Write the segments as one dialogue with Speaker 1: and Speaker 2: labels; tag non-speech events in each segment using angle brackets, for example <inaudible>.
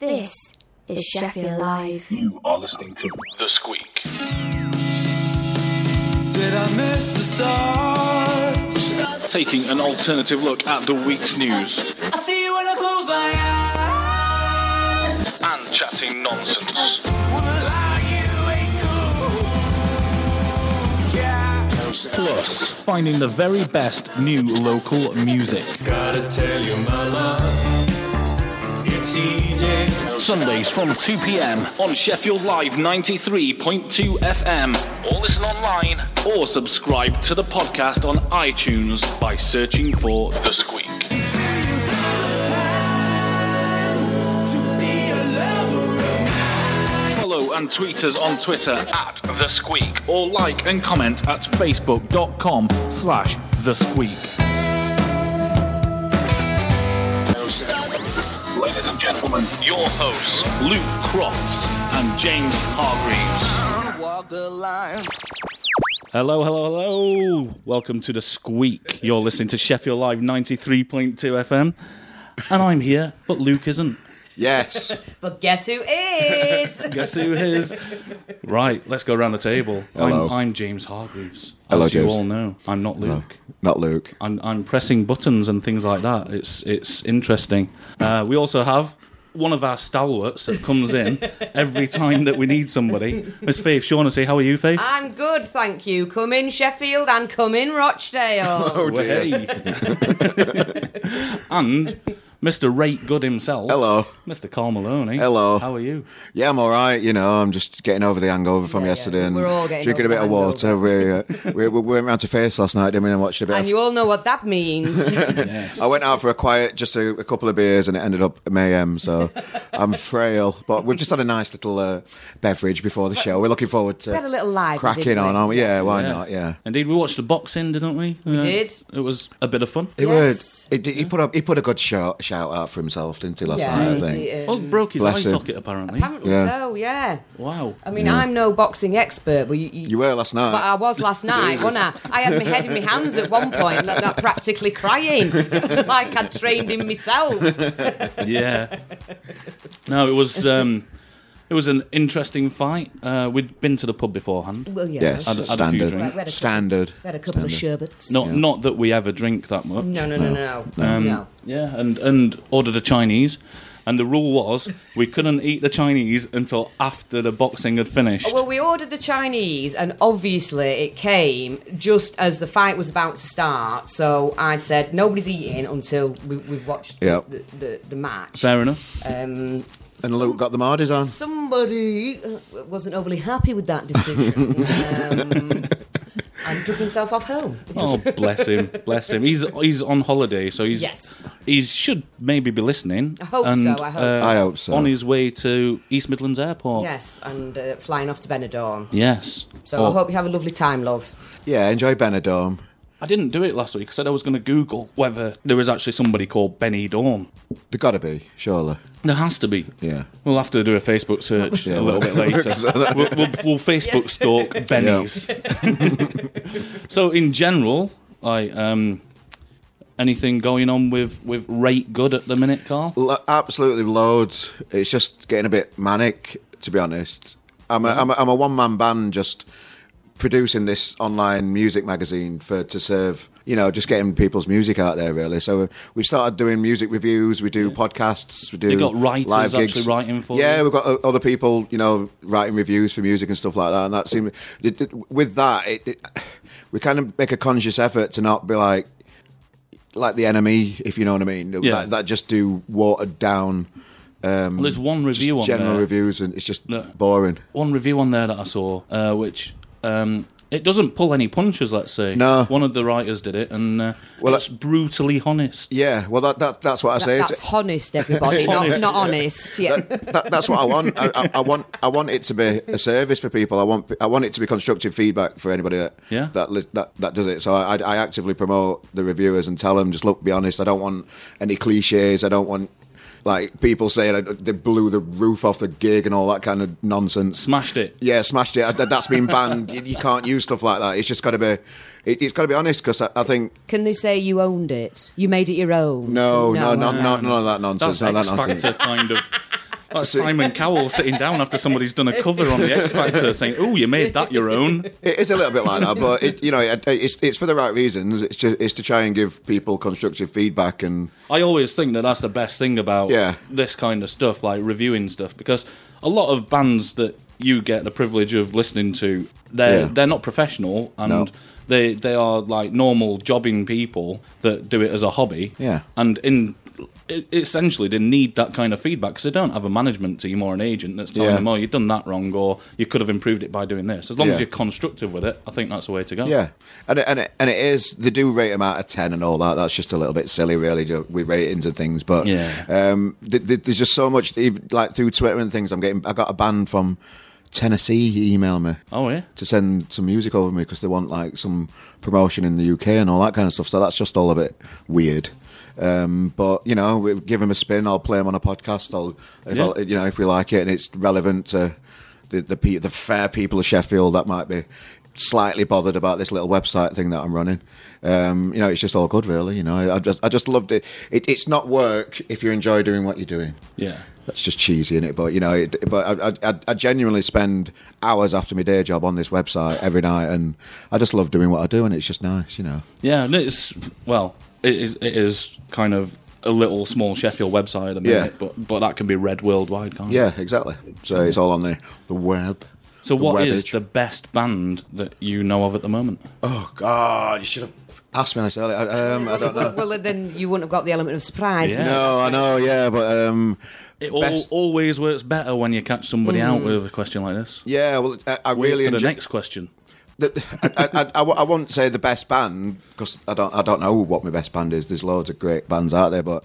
Speaker 1: This is Sheffield Live.
Speaker 2: You are listening to The Squeak.
Speaker 3: Did I miss the start?
Speaker 2: Taking an alternative look at the week's news
Speaker 3: I see you when I close my eyes.
Speaker 2: and chatting nonsense.
Speaker 3: Woman like you ain't cool. Yeah.
Speaker 2: Plus, finding the very best new local music.
Speaker 3: Gotta tell you, my love, it's easy.
Speaker 2: Sundays from 2 pm on Sheffield Live 93.2 FM. Or listen online or subscribe to the podcast on iTunes by searching for The Squeak. Follow and tweet us on Twitter at The Squeak or like and comment at facebook.com slash The Squeak. Ladies and gentlemen, your hosts, Luke Crofts and James Hargreaves.
Speaker 3: Walk the line.
Speaker 4: Hello, hello, hello. Welcome to The Squeak. You're listening to Sheffield Live 93.2 FM. And I'm here, but Luke isn't.
Speaker 5: Yes.
Speaker 6: But guess who is?
Speaker 4: Guess who is? Right, let's go around the table.
Speaker 5: Hello.
Speaker 4: I'm, I'm James Hargreaves. As
Speaker 5: Hello,
Speaker 4: you
Speaker 5: James.
Speaker 4: all know, I'm not Luke.
Speaker 5: <laughs> Not Luke.
Speaker 4: I'm, I'm pressing buttons and things like that. It's it's interesting. Uh, we also have one of our stalwarts that comes in every time that we need somebody. Miss Faith Shaughnessy, how are you, Faith?
Speaker 6: I'm good, thank you. Come in Sheffield and come in Rochdale.
Speaker 5: <laughs> Oh dear.
Speaker 4: Hey. <laughs> and Mr. Rate Good himself.
Speaker 5: Hello.
Speaker 4: Mr. Carl Maloney.
Speaker 5: Hello.
Speaker 4: How are you?
Speaker 5: Yeah, I'm all right. You know, I'm just getting over the hangover from
Speaker 6: Yeah, yeah.
Speaker 5: yesterday and
Speaker 6: We're all getting
Speaker 5: drinking a
Speaker 6: over
Speaker 5: bit of
Speaker 6: the
Speaker 5: water. We, uh, we we went round to Face last night, didn't we? And watched a bit.
Speaker 6: and
Speaker 5: of-
Speaker 6: you all know what that means.
Speaker 5: I went out for a quiet, just a, a couple of beers, and it ended up mayhem.
Speaker 6: <laughs>
Speaker 5: So I'm frail, but we've just had a nice little uh, beverage before the show. We're looking forward to
Speaker 6: had a little live,
Speaker 5: cracking
Speaker 6: didn't we?
Speaker 5: on, aren't we? Yeah, why not? Yeah.
Speaker 4: Indeed, we watched the boxing, didn't we? We
Speaker 6: did.
Speaker 4: It was a bit of fun.
Speaker 5: He
Speaker 6: Yes.
Speaker 5: would. He, he put up. He put a good shout, shout out for himself, didn't he? Last night, I think.
Speaker 6: it-
Speaker 4: Well, Oh, broke his
Speaker 5: Bless
Speaker 4: eye
Speaker 5: him.
Speaker 4: socket, apparently.
Speaker 6: apparently
Speaker 5: Yeah.
Speaker 6: so, yeah.
Speaker 4: Wow.
Speaker 6: I mean, I'm no boxing expert, but you,
Speaker 5: You were last night.
Speaker 6: But uh, I was
Speaker 5: <laughs>
Speaker 6: last night, wasn't I? I had my head in my hands at one point, like that practically crying, <laughs> like I'd trained him myself.
Speaker 4: yeah. No, it was um, it was an interesting fight. Uh, we'd been to the pub beforehand.
Speaker 6: Well, yeah.
Speaker 5: Yes,
Speaker 4: Had- had a few
Speaker 5: standard.
Speaker 4: drinks.
Speaker 6: We had a-
Speaker 5: standard.
Speaker 6: We had a couple of
Speaker 5: Standard.
Speaker 6: sherbets.
Speaker 4: Not not that we ever drink that much. Um,
Speaker 6: No, no, no, no, no. no.
Speaker 4: Yeah, and and ordered a Chinese. And the rule was we couldn't eat the Chinese until after the boxing had finished.
Speaker 6: Oh, Well, we ordered the Chinese, and obviously it came just as the fight was about to start. So I said, nobody's eating until we, we've watched the-
Speaker 5: Yeah.
Speaker 6: the, the, the match.
Speaker 4: Fair enough.
Speaker 6: Um,
Speaker 5: And Luke got the Mardis on.
Speaker 6: somebody wasn't overly happy with that decision
Speaker 5: <laughs>
Speaker 6: um, and took himself off home.
Speaker 4: Oh, bless him, bless him. He's he's on holiday, so he's
Speaker 6: Yes.
Speaker 4: he should maybe be listening.
Speaker 6: I hope
Speaker 4: and,
Speaker 6: so, I hope
Speaker 4: uh,
Speaker 6: so.
Speaker 5: I hope so.
Speaker 4: On his way to East Midlands Airport.
Speaker 6: Yes, and uh, flying off to Benidorm.
Speaker 4: Yes.
Speaker 6: So
Speaker 4: Oh,
Speaker 6: I hope you have a lovely time, love.
Speaker 5: Yeah, enjoy Benidorm.
Speaker 4: I didn't do it last week. I said I was going to Google whether there was actually somebody called Benny Dorm.
Speaker 5: There gotta be, surely.
Speaker 4: There has to be.
Speaker 5: Yeah.
Speaker 4: We'll have to do a Facebook search
Speaker 5: Yeah,
Speaker 4: a little
Speaker 5: well-
Speaker 4: bit
Speaker 5: <laughs>
Speaker 4: later. we'll, we'll, we'll Facebook stalk Benny's. <laughs> so, in general, like, um, anything going on with, with Rate Good at the minute, Carl?
Speaker 5: Lo- absolutely loads. It's just getting a bit manic, to be honest. I'm a, I'm a, I'm a one man band just producing this online music magazine for to serve, you know, just getting people's music out there, really. So uh, we started doing music reviews, we do podcasts, we do
Speaker 4: You got writers
Speaker 5: live
Speaker 4: actually
Speaker 5: gigs.
Speaker 4: writing for
Speaker 5: Yeah,
Speaker 4: you?
Speaker 5: we've got o- other people, you know, writing reviews for music and stuff like that. And that seemed, it, it- with that, it, it, we kind of make a conscious effort to not be like, like the enemy, if you know what I mean.
Speaker 4: Yeah.
Speaker 5: That, that just do watered down
Speaker 4: Well, there's one
Speaker 5: just
Speaker 4: review on
Speaker 5: general
Speaker 4: there.
Speaker 5: reviews, and it's just
Speaker 4: No.
Speaker 5: boring.
Speaker 4: One review on there that I saw, uh, which um, it doesn't pull any punches. Let's say
Speaker 5: No.
Speaker 4: One of the writers did it, and uh,
Speaker 5: Well,
Speaker 4: it's brutally honest.
Speaker 5: Yeah, well, that, that that's what I say.
Speaker 6: that's
Speaker 5: It's-
Speaker 6: honest,
Speaker 5: <laughs>
Speaker 6: everybody. not,
Speaker 4: Honest.
Speaker 6: not honest. Yeah.
Speaker 5: that, that, that's what I want. I, I, I want. I want it to be a service for people. I want. I want it to be constructive feedback for anybody that
Speaker 4: Yeah.
Speaker 5: that, li- that that does it. So I, I actively promote the reviewers and tell them just look, be honest. I don't want any cliches. I don't want like people saying I- they blew the roof off the gig and all that kind of nonsense.
Speaker 4: Smashed it.
Speaker 5: Yeah, smashed it. I- that- That's been banned. You, you can't use stuff like that. It's just got to be. It, it's got to be honest because I, I think
Speaker 6: Can they say you owned it? You made it your own?
Speaker 5: no, no, no,
Speaker 6: uh,
Speaker 5: no, none of that
Speaker 4: That's
Speaker 5: nonsense. none of
Speaker 4: X
Speaker 5: that nonsense.
Speaker 4: Factor kind of.
Speaker 5: <laughs>
Speaker 4: That's Simon Cowell sitting down after somebody's done a cover on the X Factor, saying, "Oh, you made that your own."
Speaker 5: It is a little bit like that, but it, you know, it, it's it's for the right reasons. It's just it's to try and give people constructive feedback, and
Speaker 4: I always think that that's the best thing about
Speaker 5: Yeah.
Speaker 4: this kind of stuff, like reviewing stuff, because a lot of bands that you get the privilege of listening to, they're
Speaker 5: Yeah.
Speaker 4: they're not professional and
Speaker 5: No.
Speaker 4: they they are like normal jobbing people that do it as a hobby.
Speaker 5: Yeah.
Speaker 4: and in it, essentially they need that kind of feedback because they don't have a management team or an agent that's telling
Speaker 5: Yeah.
Speaker 4: them, "Oh, you've done that wrong," or "You could have improved it by doing this." As long as
Speaker 5: Yeah.
Speaker 4: you're constructive with it, I think that's the way to go.
Speaker 5: yeah, and it, and it, and it is. They do rate them out of ten and all that. That's just a little bit silly, really, ju- with ratings and things. But
Speaker 4: Yeah.
Speaker 5: um, th- th- there's just so much, even, like through Twitter and things. I'm getting. I got a band from Tennessee email me.
Speaker 4: Oh yeah.
Speaker 5: to send some music over me because they want like some promotion in the UK and all that kind of stuff. So that's just all a bit weird. Um, but you know, we give him a spin. I'll play him on a podcast. I'll, if
Speaker 4: Yeah.
Speaker 5: I'll you know, if we like it and it's relevant to the the, pe- the fair people of Sheffield that might be slightly bothered about this little website thing that I'm running. Um, you know, it's just all good, really. You know, I just I just loved it. it it's not work if you enjoy doing what you're doing
Speaker 4: Yeah.
Speaker 5: that's just cheesy in it but you know it, but I, I, I genuinely spend hours after my day job on this website every night and i just love doing what i do and it's just nice you know
Speaker 4: Yeah, and it's well, it, it- it is kind of a little small Sheffield website at the minute,
Speaker 5: Yeah.
Speaker 4: but but that can be read worldwide, can't it?
Speaker 5: yeah exactly so it's all on the the web
Speaker 4: So
Speaker 5: the
Speaker 4: what is
Speaker 5: webbage.
Speaker 4: the best band that you know of at the moment?
Speaker 5: oh god you should have asked me this earlier I, um, I don't know
Speaker 6: Well, then you wouldn't have got the element of surprise.
Speaker 4: <laughs> Yeah.
Speaker 5: no i know yeah but um
Speaker 4: It all,
Speaker 5: Best- Hmm.
Speaker 4: always works better when you catch somebody out with a question like this.
Speaker 5: yeah well i, I
Speaker 4: Wait
Speaker 5: really
Speaker 4: for the
Speaker 5: enjoy-
Speaker 4: next question.
Speaker 5: I, I, I- I, w- I won't say the best band because I don't I don't know what my best band is. There's loads of great bands out there, but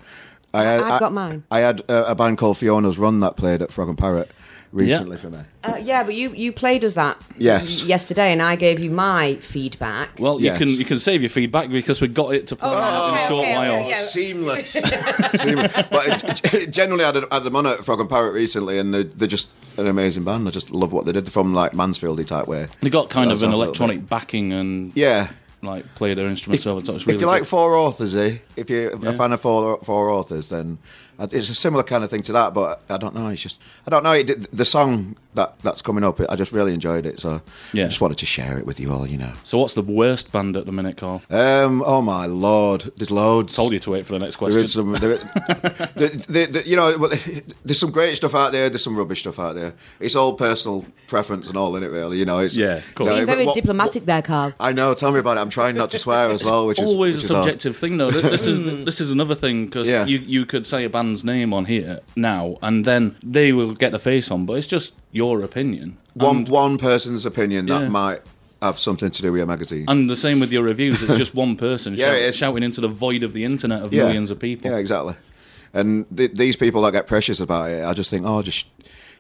Speaker 5: I, had-
Speaker 6: I've
Speaker 5: I-
Speaker 6: got mine.
Speaker 5: I had a, a band called Fiona's Run that played at Frog and Parrot recently
Speaker 4: Yeah.
Speaker 5: for me.
Speaker 6: Uh, yeah, but you, you played us that
Speaker 5: Yes.
Speaker 6: y- yesterday, and I gave you my feedback.
Speaker 4: Well, you
Speaker 5: Yes.
Speaker 4: can you can save your feedback because we got it to play out in
Speaker 6: Oh, okay,
Speaker 4: a short
Speaker 6: okay,
Speaker 4: while.
Speaker 6: okay, yeah. <laughs>
Speaker 5: Seamless. Seamless. But it, generally, I had, had them on at Frog and Parrot recently, and they're, they're just an amazing band. I just love what they did. They're from like Mansfieldy type way.
Speaker 4: They got kind of
Speaker 5: That
Speaker 4: an
Speaker 5: was a little
Speaker 4: electronic
Speaker 5: bit-
Speaker 4: backing and
Speaker 5: Yeah.
Speaker 4: like play their instruments over top. It's really
Speaker 5: if you like
Speaker 4: good.
Speaker 5: four authors, eh? If you're
Speaker 4: Yeah.
Speaker 5: a fan of four four authors, then it's a similar kind of thing to that. But I don't know. It's just I don't know. It, the song that that's coming up, I just really enjoyed it. So
Speaker 4: Yeah.
Speaker 5: I just wanted to share it with you all. You know.
Speaker 4: so what's the worst band at the minute, Carl?
Speaker 5: Um. Oh my lord. There's loads.
Speaker 4: Told you to wait for the next
Speaker 5: There
Speaker 4: question.
Speaker 5: is some,
Speaker 4: <laughs>
Speaker 5: there, the, the, the, you know, well, there's some great stuff out there. There's some rubbish stuff out there. It's all personal preference and all in it, really. You know, it's
Speaker 4: Yeah, of course.
Speaker 5: you know,
Speaker 4: Being
Speaker 6: Being very
Speaker 5: what-
Speaker 6: diplomatic there, Carl.
Speaker 5: I know. Tell me about it. I'm trying not to swear as well, which is
Speaker 4: always a
Speaker 5: which is hard.
Speaker 4: subjective thing, though. Th- This
Speaker 6: Hmm.
Speaker 4: is this is another thing because
Speaker 5: Yeah.
Speaker 4: you you could say a band's name on here now, and then they will get the face on, but it's just your opinion.
Speaker 5: one one person's opinion that
Speaker 4: Yeah.
Speaker 5: might have something to do with your magazine.
Speaker 4: And the same with your reviews; it's
Speaker 5: <laughs>
Speaker 4: just one person
Speaker 5: Yeah,
Speaker 4: shout-
Speaker 5: it is.
Speaker 4: shouting into the void of the internet of millions of people.
Speaker 5: Yeah, exactly. And th- these people that get precious about it, I just think, oh, just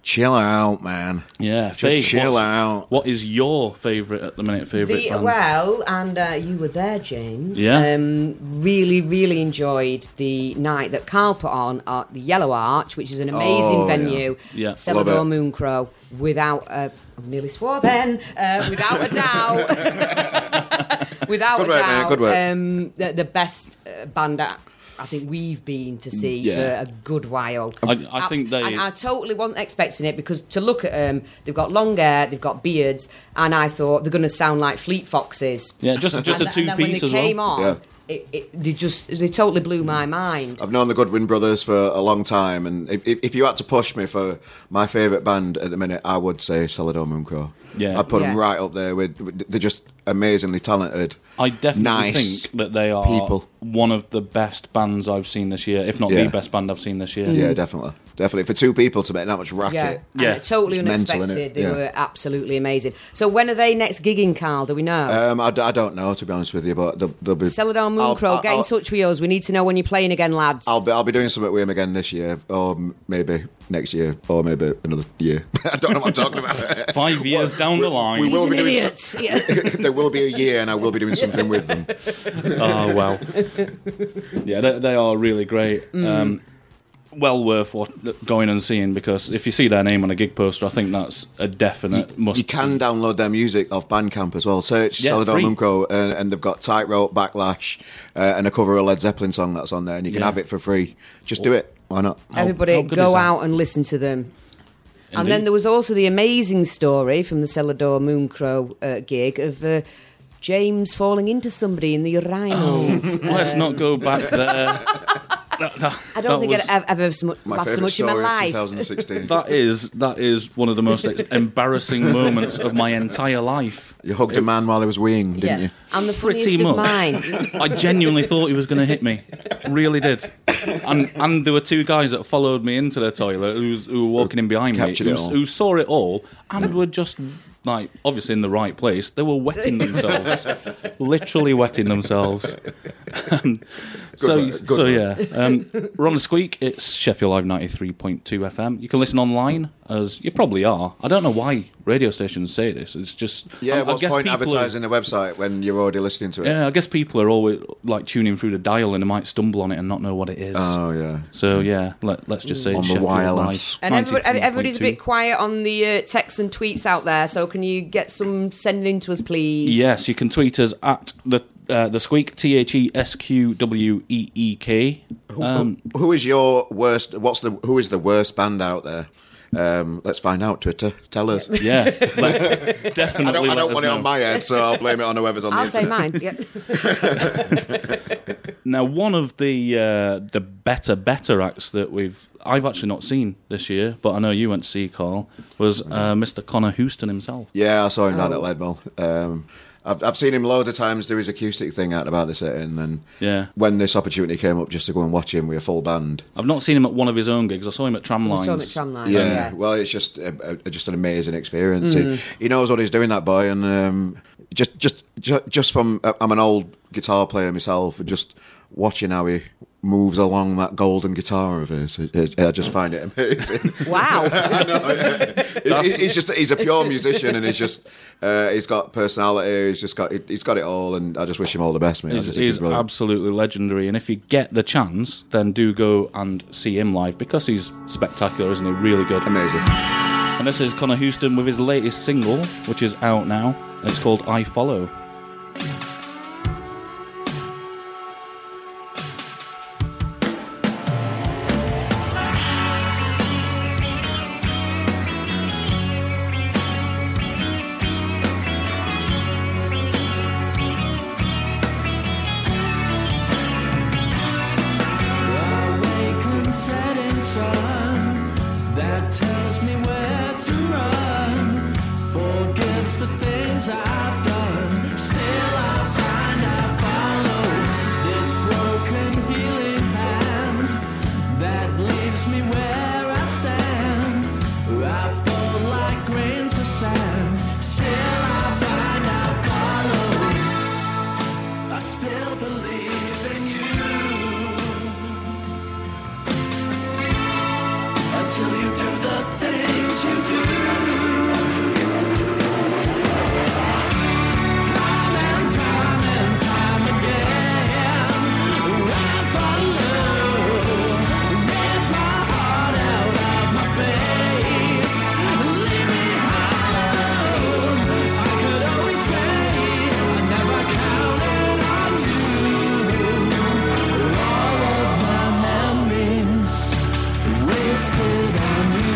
Speaker 5: chill out, man.
Speaker 4: Yeah,
Speaker 5: just
Speaker 4: Faith,
Speaker 5: chill
Speaker 4: what's-
Speaker 5: out.
Speaker 4: What is your favourite at the minute? Favourite
Speaker 6: The,
Speaker 4: band?
Speaker 6: well, and uh, you were there, James.
Speaker 4: Yeah.
Speaker 6: Um, really, really enjoyed the night that Carl put on at the Yellow Arch, which is an amazing
Speaker 5: Oh, yeah.
Speaker 6: venue.
Speaker 4: Yeah.
Speaker 5: Love
Speaker 6: Cellar
Speaker 5: it.
Speaker 6: Moon Crow, without a. I nearly swore then, uh, without a doubt.
Speaker 4: <laughs>
Speaker 6: without
Speaker 5: Good
Speaker 6: a
Speaker 5: work, mate,
Speaker 6: doubt.
Speaker 5: good work.
Speaker 6: Um, the, the best uh, band that I think we've been to see
Speaker 4: Mm, Yeah.
Speaker 6: for a good while.
Speaker 4: I- I
Speaker 6: Abs-
Speaker 4: think they-
Speaker 6: And I totally wasn't expecting it because to look at them, they've got long hair, they've got beards, and I thought they're going to sound like Fleet Foxes.
Speaker 4: yeah, just just
Speaker 6: and,
Speaker 4: a
Speaker 6: th-
Speaker 4: two
Speaker 6: and then
Speaker 4: piece
Speaker 6: when
Speaker 4: as
Speaker 6: they came
Speaker 4: well.
Speaker 6: on,
Speaker 5: Yeah. Mm.
Speaker 6: it, it, they just they totally blew my mind.
Speaker 5: I've known the Goodwin brothers for a long time, and if, if if you had to push me for my favourite band at the minute, I would say Solid Moon Crow.
Speaker 4: Yeah.
Speaker 5: I put them
Speaker 6: Yeah.
Speaker 5: right up there with, with- They're just amazingly talented.
Speaker 4: I definitely
Speaker 5: nice
Speaker 4: think that they are
Speaker 5: people.
Speaker 4: one of the best bands I've seen this year, if not
Speaker 5: Yeah.
Speaker 4: the best band I've seen this year.
Speaker 5: Yeah, definitely, definitely. For two people to make that much racket,
Speaker 6: Yeah, and
Speaker 4: Yeah.
Speaker 6: they're totally
Speaker 5: It's mental,
Speaker 6: unexpected.
Speaker 5: innit?
Speaker 6: They
Speaker 5: Yeah.
Speaker 6: were absolutely amazing. So when are they next gigging, Carl? Do we know?
Speaker 5: Um, I, d- I don't know to be honest with you, but they'll, they'll be.
Speaker 6: Celadon Mooncrow,
Speaker 5: I'll,
Speaker 6: get in
Speaker 5: I'll,
Speaker 6: touch with us. We need to know when you're playing again, lads.
Speaker 5: I'll be, I'll be doing something with him again this year, or m- maybe next year, or maybe another year. <laughs> I don't know what I'm talking about. <laughs>
Speaker 4: Five years down the line.
Speaker 5: we will
Speaker 6: He's
Speaker 5: be
Speaker 6: an
Speaker 5: doing
Speaker 6: idiot.
Speaker 5: some-
Speaker 6: Yeah.
Speaker 5: there will be a year, and I will be doing something with them.
Speaker 4: Oh wow! yeah, they, they are really great. Um, well worth what, going and seeing because if you see their name on a gig poster, I think that's a definite must.
Speaker 5: You can download their music off Bandcamp as well. Search
Speaker 4: Yeah,
Speaker 5: Celadon
Speaker 4: free.
Speaker 5: Munco, and, uh, and they've got Tightrope, Backlash, uh, and a cover of a Led Zeppelin song that's on there, and you can
Speaker 4: Yeah.
Speaker 5: have it for free. Just do it. Why not? Oh,
Speaker 6: Everybody,
Speaker 4: how good is
Speaker 6: go
Speaker 4: that?
Speaker 6: out and listen to them. And
Speaker 4: Indeed.
Speaker 6: then there was also the amazing story from the Celador Mooncrow uh, gig of uh, James falling into somebody in the urinals.
Speaker 4: Let's
Speaker 6: Um,
Speaker 4: not go
Speaker 5: <laughs>
Speaker 4: back there. That- that-
Speaker 6: I
Speaker 4: that
Speaker 6: don't think
Speaker 4: was-
Speaker 6: I'd ever, ever so much,
Speaker 5: My
Speaker 6: laughed so
Speaker 5: favourite
Speaker 6: much in my
Speaker 5: story of
Speaker 6: life.
Speaker 4: <laughs>
Speaker 5: 2016.
Speaker 4: That is that is one of the
Speaker 6: <laughs>
Speaker 4: most ex- embarrassing moments of my entire life.
Speaker 5: you hugged a man while he was weeing, didn't
Speaker 6: Yes,
Speaker 5: you?
Speaker 6: and the
Speaker 4: Pretty
Speaker 6: funniest of
Speaker 4: much. <laughs>
Speaker 6: mine.
Speaker 4: I genuinely thought he was going to hit me, really did. And and there were two guys that followed me into the toilet who, was, who were walking in behind me,
Speaker 5: Captured it
Speaker 4: who,
Speaker 5: all.
Speaker 4: who saw it all and were just like obviously in the right place. They were wetting
Speaker 5: <laughs>
Speaker 4: themselves, literally wetting themselves. Um, so
Speaker 5: one, good
Speaker 4: so
Speaker 5: one.
Speaker 4: yeah, um, we're on the squeak. It's Sheffield Live ninety three point two FM. You can listen online as you probably are. I don't know why radio stations say this. It's just
Speaker 5: Yeah,
Speaker 4: I, I
Speaker 5: what's
Speaker 4: guess
Speaker 5: point
Speaker 4: people are-
Speaker 5: advertising the website when you're already listening to it?
Speaker 4: yeah, I guess people are always like tuning through the dial and they might stumble on it and not know what it is.
Speaker 5: Oh yeah.
Speaker 4: so yeah, let, let's just say
Speaker 5: On the
Speaker 4: Sheffield
Speaker 5: wireless.
Speaker 4: Live,
Speaker 6: And everybody,
Speaker 4: 93.2.
Speaker 6: everybody's a bit quiet on the uh, texts and tweets out there. So can you get some sending in to us, please?
Speaker 4: Yes, you can tweet us at the uh, the squeak t h e s q w e e k. Um,
Speaker 5: Who is your worst? What's the who is the worst band out there? Um, let's find out. Twitter, tell us. <laughs>
Speaker 4: yeah, <laughs> let- definitely.
Speaker 5: I don't, I
Speaker 4: let
Speaker 5: don't
Speaker 4: us
Speaker 5: want it
Speaker 4: know.
Speaker 5: on my head, so I'll blame it on whoever's on
Speaker 6: I'll
Speaker 5: the
Speaker 6: say
Speaker 5: internet.
Speaker 6: mine.
Speaker 4: <laughs>
Speaker 6: Yeah.
Speaker 4: Now, one of the uh, the better better acts that we've I've actually not seen this year, but I know you went to see Carl was uh, Mr. Connor Houston himself.
Speaker 5: Yeah, I saw him down at Leadmill. Um, I've, I've seen him loads of times do his acoustic thing out about the city, and then
Speaker 4: Yeah.
Speaker 5: when this opportunity came up just to go and watch him with a full band.
Speaker 4: I've not seen him at one of his own gigs. I saw him at
Speaker 6: Tom
Speaker 4: Tramlines.
Speaker 6: at Tramline.
Speaker 5: Yeah,
Speaker 6: Oh, Yeah.
Speaker 5: well, it's just a, a, just an amazing experience. He, he knows what he's doing, that boy, and um, just just ju- just from uh, I'm an old guitar player myself, and just watching how he moves along that golden guitar of his, it, it- I just find it amazing. <laughs>
Speaker 6: Wow.
Speaker 5: I know, yeah. He- he's just he's a pure musician, and he's <laughs> just uh, he's got personality. He's just got he's got it all, and I just wish him all the best, mate. I
Speaker 4: is,
Speaker 5: just think he's
Speaker 4: is
Speaker 5: brilliant.
Speaker 4: absolutely legendary. And if you get the chance, then do go and see him live because he's spectacular, isn't he? Really good.
Speaker 5: amazing.
Speaker 4: And this is Connor Houston with his latest single, which is out now. and It's called I Follow.
Speaker 3: Awakened setting sun that tells me where to run. Forgives the things I've done. Still I find I follow this broken healing hand that leaves me where I stand. I fall like grains of sand. Still I find I follow. I still believe in you. until you do the things you do. Time and time and time again, I follow. Rip my heart out of my face. Leave me hollow. I could always say I never counted on you. All of my memories wasted on you.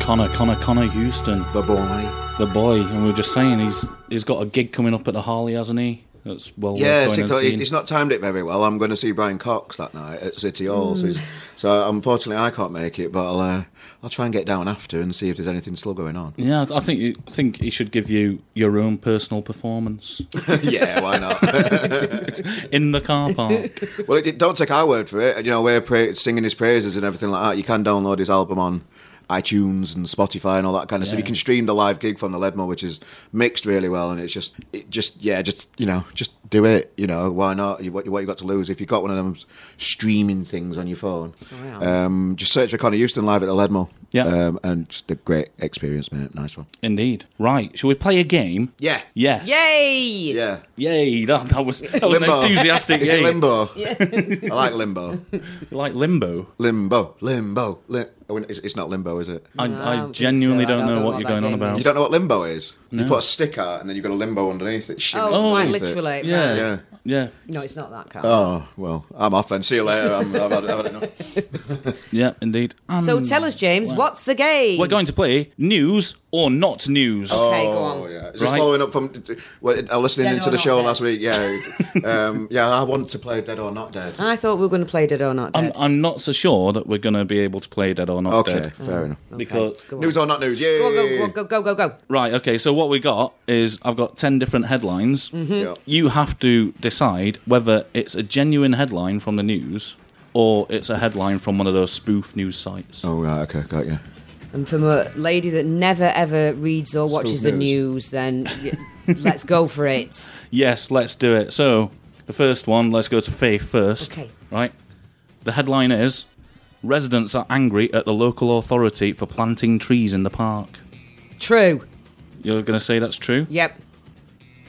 Speaker 4: Connor, Connor, Connor Houston,
Speaker 5: The boy.
Speaker 4: the boy, and we were just saying he's he's got a gig coming up at the Harley, hasn't he? That's well
Speaker 5: Yeah,
Speaker 4: worth
Speaker 5: six
Speaker 4: going
Speaker 5: o'clock.
Speaker 4: and seeing.
Speaker 5: He's not timed it very well. I'm going to see Brian Cox that night at City Hall. So, he's, so unfortunately, I can't make it, but I'll uh, I'll try and get down after and see if there's anything still going on.
Speaker 4: Yeah, I think you- I think he should give you your own personal performance
Speaker 5: <laughs> yeah, why <laughs> not?
Speaker 4: in the car park.
Speaker 5: <laughs> well, it, don't take our word for it. You know, we're pra- singing his praises and everything like that. You can download his album on iTunes and Spotify and all that kind of stuff. You
Speaker 4: Yeah.
Speaker 5: can stream the live gig from the Ledmo, which is mixed really well, and it's just, it just yeah, just you know, just do it. You know, why not? You, what, what you got to lose if you got one of them streaming things on your phone? Um, just search for Connor Houston live at the Ledmo.
Speaker 4: Oh, Yeah.
Speaker 5: um, and just a great experience, mate. Nice one.
Speaker 4: Indeed. Right. Shall we play a game?
Speaker 5: Yeah,
Speaker 4: Yes.
Speaker 6: Yay!
Speaker 5: yeah.
Speaker 4: Yay! That, that was that was an
Speaker 5: Limbo.
Speaker 4: enthusiastic.
Speaker 5: Is
Speaker 4: yay. <laughs>
Speaker 5: it limbo? I like limbo.
Speaker 4: Like limbo.
Speaker 5: Limbo, limbo, lim- oh, it's, it's not limbo, is it?
Speaker 4: I,
Speaker 6: No, I
Speaker 4: I,
Speaker 6: don't think
Speaker 4: genuinely
Speaker 6: so.
Speaker 4: don't, know, what you're
Speaker 6: that
Speaker 4: going on
Speaker 6: game
Speaker 4: about.
Speaker 5: You
Speaker 6: is.
Speaker 5: don't know what limbo is? You put a stick out and then you've got a limbo underneath it. shimmy
Speaker 6: Oh, quite
Speaker 5: underneath it.
Speaker 6: literally.
Speaker 4: Yeah.
Speaker 6: right.
Speaker 5: Yeah.
Speaker 4: Yeah,
Speaker 6: No, it's not that kind.
Speaker 5: Oh, well, I'm off then. See you later. I'm, I've, had, I've
Speaker 6: <laughs>
Speaker 5: had enough.
Speaker 4: yeah, indeed. And
Speaker 6: so tell us, James, what's the game?
Speaker 4: we're going to play news or not news.
Speaker 6: Okay, go
Speaker 5: Oh,
Speaker 6: on.
Speaker 5: yeah. Is this
Speaker 4: Right.
Speaker 5: following up from well, I was listening
Speaker 6: Dead
Speaker 5: into
Speaker 6: or
Speaker 5: the
Speaker 6: Not
Speaker 5: show
Speaker 6: Dead.
Speaker 5: last week?
Speaker 6: <laughs>
Speaker 5: Yeah. um, yeah, I want to play Dead or Not Dead.
Speaker 6: I thought we were going to play Dead or Not
Speaker 4: I'm,
Speaker 6: Dead.
Speaker 4: I'm not so sure that we're going to be able to play Dead or Not
Speaker 5: Okay,
Speaker 4: Dead.
Speaker 5: fair enough.
Speaker 4: Because,
Speaker 6: Go on.
Speaker 5: News or not news? Yay!
Speaker 6: Mm. Go, go, go, go, go, go.
Speaker 4: right, okay, so what we got is I've got 10 different headlines.
Speaker 6: Mm-hmm.
Speaker 5: Yeah.
Speaker 4: You have to decide whether it's a genuine headline from the news or it's a headline from one of those spoof news sites.
Speaker 5: Oh, right, okay, got you.
Speaker 6: And from a lady that never ever reads or watches the
Speaker 5: <laughs>
Speaker 6: news, then y- let's go for it.
Speaker 4: Yes, let's do it. So, the first one, let's go to Faith first.
Speaker 6: Okay.
Speaker 4: Right? The headline is Residents are angry at the local authority for planting trees in the park.
Speaker 6: True.
Speaker 4: You're going to say that's true?
Speaker 6: Yep.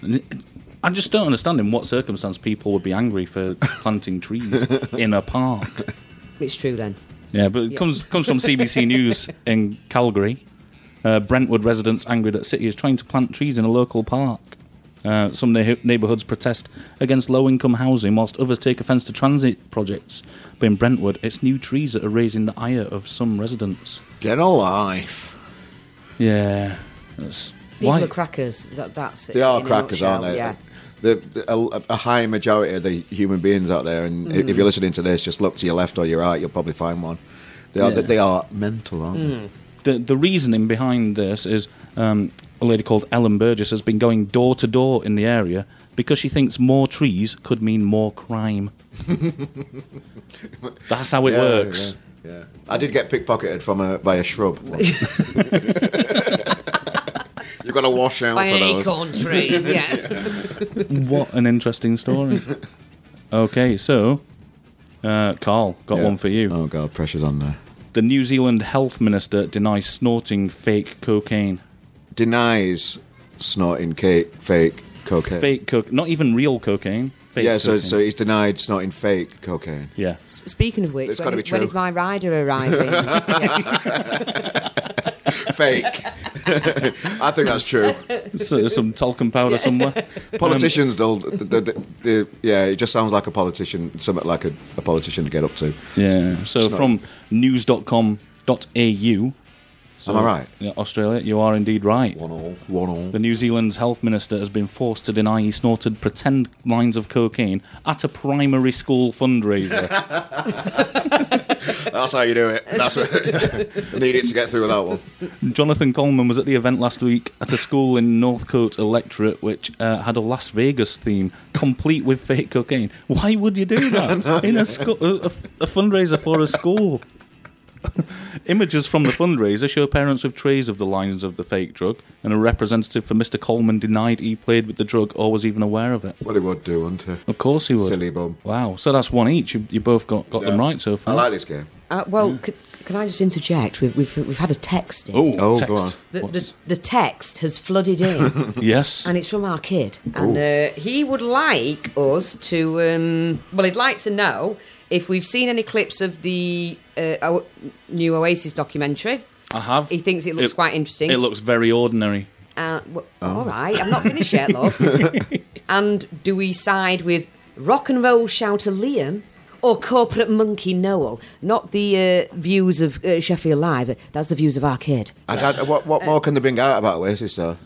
Speaker 4: And I just don't understand in what circumstance people would be angry for <laughs> planting trees in a park.
Speaker 6: It's true then.
Speaker 4: Yeah, but it comes comes from
Speaker 6: <laughs>
Speaker 4: CBC News in Calgary. Uh, Brentwood residents angered at city is trying to plant trees in a local park. Uh, some neigh neighbourhoods protest against low-income housing, whilst others take offence to transit projects. But in Brentwood, it's new trees that are raising the ire of some residents.
Speaker 5: Get a life.
Speaker 4: Yeah, that's
Speaker 6: People
Speaker 4: why.
Speaker 6: are crackers. That, that's it.
Speaker 5: They are
Speaker 6: in a
Speaker 5: crackers, aren't
Speaker 6: nutshell,
Speaker 5: they?
Speaker 6: Yeah.
Speaker 5: The, the- a, a high majority of the human beings out there, and i-
Speaker 6: Mm.
Speaker 5: if you're listening to this, just look to your left or your right, you'll probably find one. They are,
Speaker 4: Yeah.
Speaker 5: they are mental, aren't
Speaker 4: Mm.
Speaker 5: they?
Speaker 4: the the reasoning behind this is um, a lady called Ellen Burgess has been going door to door in the area because she thinks more trees could mean more
Speaker 5: <laughs>
Speaker 4: crime. That's how it
Speaker 5: Yeah,
Speaker 4: works.
Speaker 5: Yeah, yeah. I did get pickpocketed from a by a shrub.
Speaker 6: <laughs>
Speaker 5: You've got to wash out
Speaker 6: By
Speaker 5: for
Speaker 6: an
Speaker 5: those.
Speaker 6: acorn
Speaker 5: <laughs>
Speaker 6: tree. Yeah.
Speaker 4: What an interesting story. okay, so uh, Carl got
Speaker 5: Yeah.
Speaker 4: one for you.
Speaker 5: Oh god, pressure's on there.
Speaker 4: The New Zealand health minister denies snorting fake cocaine.
Speaker 5: Denies snorting cake, fake cocaine.
Speaker 4: Fake coke, not even real cocaine. Fake
Speaker 5: yeah, so
Speaker 4: cocaine.
Speaker 5: so he's denied snorting fake cocaine.
Speaker 4: yeah. <laughs>
Speaker 6: S- Speaking of which,
Speaker 5: It's
Speaker 6: when,
Speaker 5: gotta be
Speaker 6: when
Speaker 5: true.
Speaker 6: is my rider arriving?
Speaker 5: <laughs>
Speaker 6: Yeah.
Speaker 5: fake. <laughs> I think that's true.
Speaker 4: So there's some talcum powder
Speaker 5: <laughs>
Speaker 4: somewhere.
Speaker 5: Politicians,
Speaker 6: Um,
Speaker 5: they'll, they, they, they- yeah, it just sounds like a politician, something like a, a politician to get up to.
Speaker 4: Yeah. So
Speaker 5: not-
Speaker 4: from news.com.au. So,
Speaker 5: Am I right?
Speaker 4: Yeah, Australia, you are indeed right.
Speaker 5: One all, one all.
Speaker 4: The New Zealand's health minister has been forced to deny he snorted pretend lines of cocaine at a primary school fundraiser.
Speaker 5: That's how you do it. That's what <laughs> need it to get through with that one.
Speaker 4: Jonathan Coleman was at the event last week at a school in Northcote electorate, which uh, had a Las Vegas theme, complete with fake cocaine. Why would you
Speaker 5: <laughs>
Speaker 4: do that in a, scho- a, a fundraiser for a school? <laughs> Images from the fundraiser show parents with trays of the lines of the fake drug, and a representative for Mr. Coleman denied he played with the drug or was even aware of it.
Speaker 5: Well, he would do, wouldn't he?
Speaker 4: Of course he would.
Speaker 5: Silly bum.
Speaker 4: Wow. So that's one each. You, you both got, got them right so
Speaker 5: I
Speaker 4: far.
Speaker 5: like this game.
Speaker 6: uh, well, c- can I just interject? We've, we've, we've had a text. in.
Speaker 4: Oh,
Speaker 5: Oh,
Speaker 4: text.
Speaker 5: go on.
Speaker 6: The, the,
Speaker 4: What's-
Speaker 6: the text has
Speaker 5: <laughs>
Speaker 6: flooded in.
Speaker 4: yes.
Speaker 6: and it's from our kid. And uh, he would like us to, um, well, he'd like to know if we've seen any clips of the uh, o- new Oasis documentary.
Speaker 4: I have.
Speaker 6: He thinks it looks quite interesting.
Speaker 4: It looks very ordinary.
Speaker 6: Uh, well, All right, I'm not finished yet, love. and do we side with rock and roll shouter Liam or corporate monkey Noel. Not the uh, views of uh, Sheffield Live. That's the views of Arcade.
Speaker 5: I, I, what, what more can they bring out about Oasis though?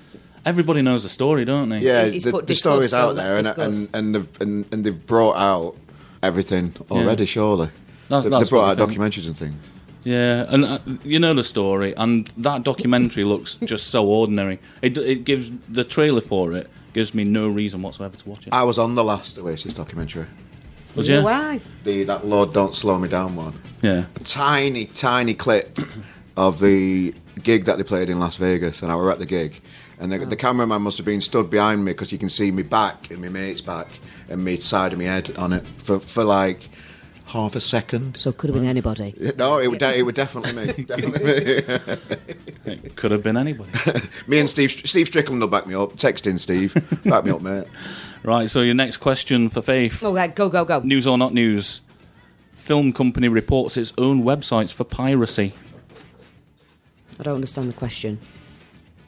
Speaker 4: Everybody knows the story, don't they?
Speaker 5: Yeah,
Speaker 6: He's
Speaker 5: the,
Speaker 6: put
Speaker 5: the story's
Speaker 6: Discuss
Speaker 5: out
Speaker 6: on,
Speaker 5: there, and,
Speaker 6: that's
Speaker 5: and
Speaker 6: Discuss.
Speaker 5: and they've and, and they've brought out everything already. Surely,
Speaker 4: That's-
Speaker 5: They-
Speaker 4: that's
Speaker 5: they brought
Speaker 4: what I
Speaker 5: out
Speaker 4: think.
Speaker 5: documentaries and things.
Speaker 4: Yeah, and uh, you know the story, and that documentary looks <laughs> just so ordinary. It it gives the trailer for it gives me no reason whatsoever to watch it.
Speaker 5: I was on the last Oasis documentary,
Speaker 4: Was
Speaker 6: You know
Speaker 4: ya?
Speaker 6: Why?
Speaker 5: the that Lord Don't Slow Me Down one.
Speaker 4: Yeah.
Speaker 5: tiny, tiny clip of the gig that they played in Las Vegas, and I were at the gig. And
Speaker 6: Oh.
Speaker 5: the, the cameraman must have been stood behind me because you can see me back and my mate's back and me side of my head on it for, for like half a second.
Speaker 6: So it could have been anybody.
Speaker 5: No, it would de- it would definitely
Speaker 6: <laughs>
Speaker 5: me. Definitely me.
Speaker 4: It could have been anybody.
Speaker 5: me and Steve Steve Strickland will back me up. Texting Steve, back me up,
Speaker 6: <laughs>
Speaker 5: mate.
Speaker 4: right. So your next question for Faith:
Speaker 6: Oh, right, go, go, go.
Speaker 4: News or not news? Film company reports its own websites for piracy.
Speaker 6: I don't understand the question.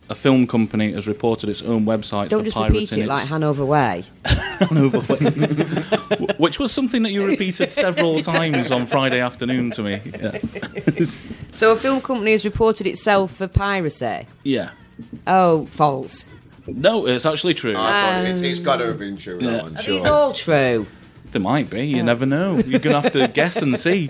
Speaker 4: A film company has reported its own websites
Speaker 6: Don't
Speaker 4: for
Speaker 6: just
Speaker 4: pirating
Speaker 6: repeat it
Speaker 4: its
Speaker 6: like Hanover Way.
Speaker 4: Wh- <laughs> which was something that you repeated
Speaker 5: <laughs>
Speaker 4: several times on Friday afternoon to me. Yeah.
Speaker 6: So a film company has reported itself for piracy.
Speaker 4: yeah.
Speaker 6: Oh, false.
Speaker 4: No, it's actually true.
Speaker 5: I thought it, it's got to have been true. That one,
Speaker 6: Um, Are these
Speaker 5: sure.
Speaker 6: all true?
Speaker 4: There might be. You never know. You're gonna
Speaker 5: <laughs>
Speaker 4: have to guess and see.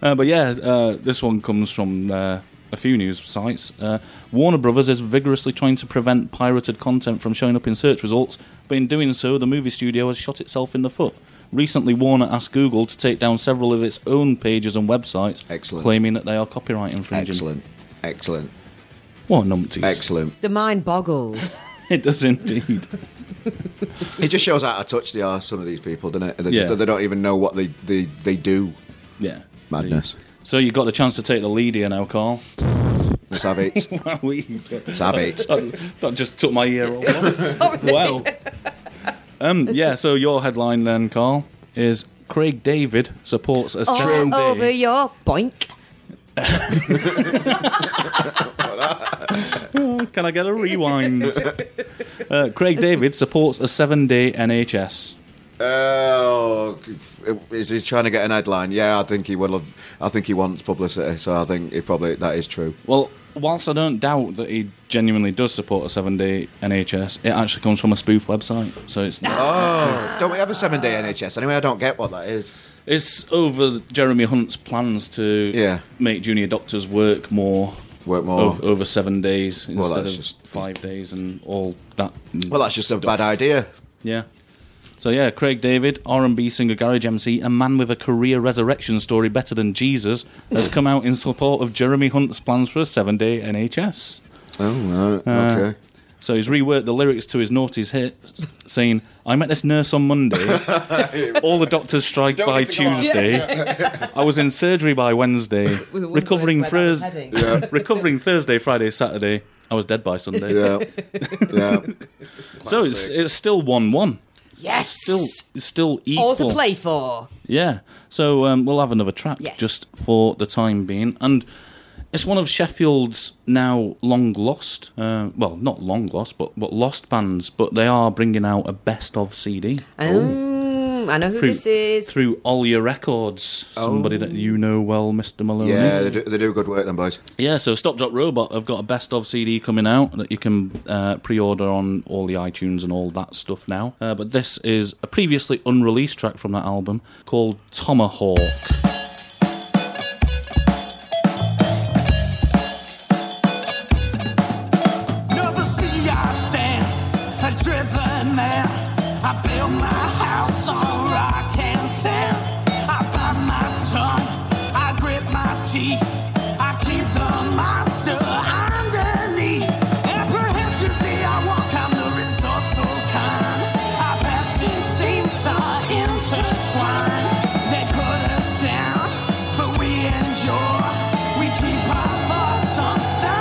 Speaker 4: Uh, but yeah, uh, this one comes from uh, a few news sites. Uh, Warner Brothers is vigorously trying to prevent pirated content from showing up in search results, but in doing so, the movie studio has shot itself in the foot. Recently, Warner asked Google to take down several of its own pages and websites,
Speaker 5: Excellent.
Speaker 4: claiming that they are copyright infringing.
Speaker 5: Excellent, excellent,
Speaker 4: What numpties?
Speaker 5: excellent.
Speaker 6: The mind boggles.
Speaker 4: <laughs> It does indeed.
Speaker 5: It just shows how out of touch they are, some of these people, doesn't it? They,
Speaker 4: Yeah.
Speaker 5: just, they don't even know what they, they, they do.
Speaker 4: Yeah.
Speaker 5: Madness.
Speaker 4: So you got the chance to take the lead here now, Carl. <laughs>
Speaker 5: Let's have it. Let's have <laughs> it.
Speaker 4: that just took my ear off. <laughs>
Speaker 6: Sorry.
Speaker 4: wow. Um, yeah, so your headline then, Carl, is Craig David supports a seven
Speaker 6: All
Speaker 4: day-
Speaker 6: over your boink.
Speaker 4: Can I get a rewind? uh, Craig David supports a seven day NHS.
Speaker 5: Oh, is he trying to get an headline? Yeah, I think he will. Have, I think he wants publicity, so I think he probably that is true.
Speaker 4: Well, whilst I don't doubt that he genuinely does support a seven day NHS, it actually comes from a spoof website. So it's not.
Speaker 5: Oh, don't we have a seven-day NHS anyway? I don't get what that is.
Speaker 4: It's over Jeremy Hunt's plans to
Speaker 5: Yeah.
Speaker 4: make junior doctors work more.
Speaker 5: Work more.
Speaker 4: ov- Over, seven days
Speaker 5: Well,
Speaker 4: instead
Speaker 5: that's
Speaker 4: of
Speaker 5: just-
Speaker 4: five days and all that.
Speaker 5: Well, that's just a bad idea.
Speaker 4: Yeah. So yeah, Craig David, R&B singer, garage MC, a man with a career resurrection story better than Jesus,
Speaker 5: <laughs>
Speaker 4: has come out in support of Jeremy Hunt's plans for a seven-day NHS.
Speaker 5: Oh, right, okay.
Speaker 4: So he's reworked the lyrics to his naughty's hit, s- saying, "I met this nurse on
Speaker 5: <laughs>
Speaker 4: Monday. All the doctors strike
Speaker 5: Don't
Speaker 4: by
Speaker 5: need to go on.
Speaker 4: Tuesday. I was in surgery by Wednesday.
Speaker 6: <laughs> We were wondering
Speaker 4: recovering
Speaker 6: where that was
Speaker 4: Thurs-
Speaker 6: heading.
Speaker 4: <laughs> recovering Thursday, Friday, Saturday. I was dead by Sunday.
Speaker 5: <laughs> Yeah, yeah.
Speaker 4: so it's it's still one-one.
Speaker 6: Yes.
Speaker 4: Still, it's still equal.
Speaker 6: All to play for.
Speaker 4: Yeah. So um, we'll have another track
Speaker 6: Yes.
Speaker 4: just for the time being. And it's one of Sheffield's now long lost, uh, well, not long lost, but, but lost bands, but they are bringing out a best of CD.
Speaker 6: Um, I know who
Speaker 4: Through,
Speaker 6: this is.
Speaker 4: Through Olya Records, somebody that you know well, Mr. Maloney.
Speaker 5: Yeah, they do, they do good work, them boys.
Speaker 4: Yeah, so Stop Drop Robot have got a best of CD coming out that you can uh, pre-order on all the iTunes and all that stuff now. Uh, but this is a previously unreleased track from that album called Tomahawk.
Speaker 7: Another sea I stand, a driven man. I build my house on rock and sand. I bite my tongue, I grit my teeth. I keep the monster underneath. Apprehensively, I walk, I'm the resourceful kind. Our paths it seems are intertwined. They put us down, but we endure. We keep our thoughts on something.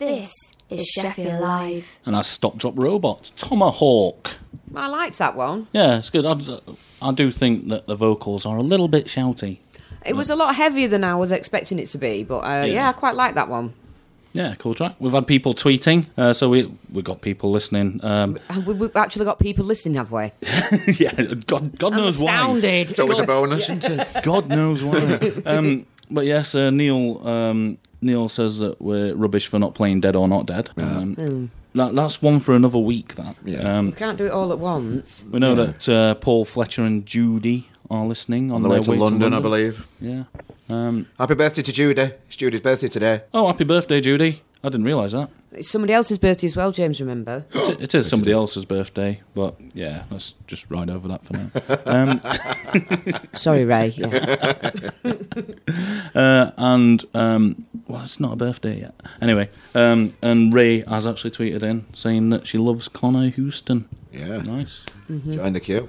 Speaker 1: is Sheffield Live.
Speaker 4: and that's Stop Drop Robots. Tomahawk.
Speaker 6: I liked that one.
Speaker 4: Yeah, it's good. I, I do think that the vocals are a little bit shouty.
Speaker 6: It was a lot heavier than I was expecting it to be, but uh, yeah. I quite like that one.
Speaker 4: Yeah, cool track. We've had people tweeting, uh, so we we got people listening.
Speaker 5: <laughs>
Speaker 4: Um, <laughs>
Speaker 6: And we, we've actually got people listening, have we?
Speaker 4: yeah, God, God
Speaker 6: I'm
Speaker 4: knows why.
Speaker 6: astounded.
Speaker 5: It's always a bonus, isn't it?
Speaker 4: <laughs> God knows
Speaker 6: <laughs>
Speaker 4: why. um, but yes, uh, Neil um, Neil says that we're rubbish for not playing Dead or Not Dead. Um,
Speaker 6: Hmm.
Speaker 4: that, that's one for another week. That
Speaker 5: Yeah.
Speaker 4: um,
Speaker 6: We can't do it all at once.
Speaker 4: we know that uh, Paul Fletcher and Judy are listening on,
Speaker 5: On the way
Speaker 4: their
Speaker 5: to London, I believe.
Speaker 4: Yeah.
Speaker 5: Happy birthday to Judy. It's Judy's birthday today.
Speaker 4: Oh, happy birthday, Judy! I didn't realise that.
Speaker 6: It's somebody else's birthday as well, James, remember?
Speaker 4: It- It is somebody else's birthday, but yeah, let's just ride over that for now.
Speaker 6: Sorry, Ray. Yeah.
Speaker 4: Uh, and um, well, it's not a birthday yet. Anyway, um, and Ray has actually tweeted in saying that she loves Connor Houston.
Speaker 5: Yeah.
Speaker 4: Nice.
Speaker 5: Join the queue.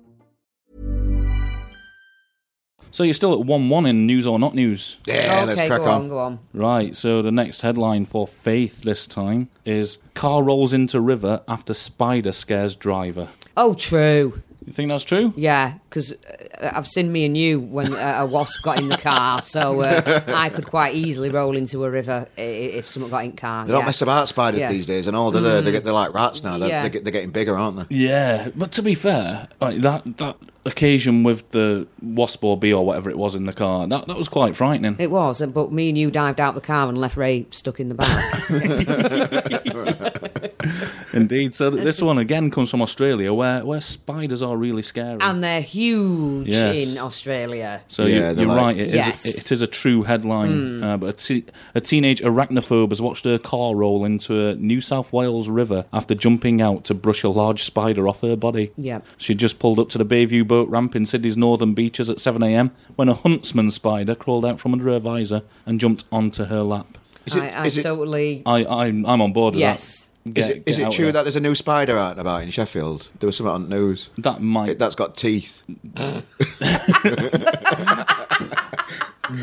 Speaker 4: So you're still at one-one in news or not news,
Speaker 5: Yeah,
Speaker 6: okay,
Speaker 5: let's crack
Speaker 6: go on.
Speaker 5: on.
Speaker 6: go on.
Speaker 4: right? So the next headline for Faith this time is car rolls into river after spider scares driver.
Speaker 6: Oh, true.
Speaker 4: You think that's true?
Speaker 6: Yeah, because uh, I've seen me and you when uh, a wasp got in the car, so uh, I could quite easily roll into a river i- i- if someone got in the car.
Speaker 5: They don't
Speaker 6: yeah.
Speaker 5: mess about spiders
Speaker 6: Yeah. Mm-hmm.
Speaker 5: these days, and all do they? They get, they're like rats now. They're,
Speaker 6: Yeah.
Speaker 5: they get, they're getting bigger, aren't they?
Speaker 4: Yeah, but to be fair, like that that occasion with the wasp or bee or whatever it was in the car, that that was quite frightening.
Speaker 6: It was, uh, but me and you dived out the car and left Ray stuck in the back.
Speaker 5: <laughs>
Speaker 4: Indeed. So th-
Speaker 6: <laughs>
Speaker 4: this one again comes from Australia, where where spiders are really scary.
Speaker 6: and they're huge
Speaker 4: Yes.
Speaker 6: in Australia.
Speaker 4: so
Speaker 5: Yeah,
Speaker 4: you, you're
Speaker 5: they're like-
Speaker 4: right. It is
Speaker 6: Yes.
Speaker 4: it is a true headline. Uh, but a, te- a teenage arachnophobe has watched her car roll into a New South Wales river after jumping out to brush a large spider off her body.
Speaker 6: Yeah.
Speaker 4: She just pulled up to the Bayview boat ramp in Sydney's northern beaches at 7 a.m. when a huntsman spider crawled out from under her visor and jumped onto her lap.
Speaker 5: Is
Speaker 6: I, I
Speaker 5: is it-
Speaker 6: totally.
Speaker 4: I, I'm, I'm on board with
Speaker 6: Yes.
Speaker 4: that.
Speaker 5: Is
Speaker 4: Get-
Speaker 5: it,
Speaker 4: get
Speaker 5: is it
Speaker 4: out of
Speaker 5: true
Speaker 4: there.
Speaker 5: that there's a new spider out and about in Sheffield? There was something on the news.
Speaker 4: that might
Speaker 5: It, that's got teeth.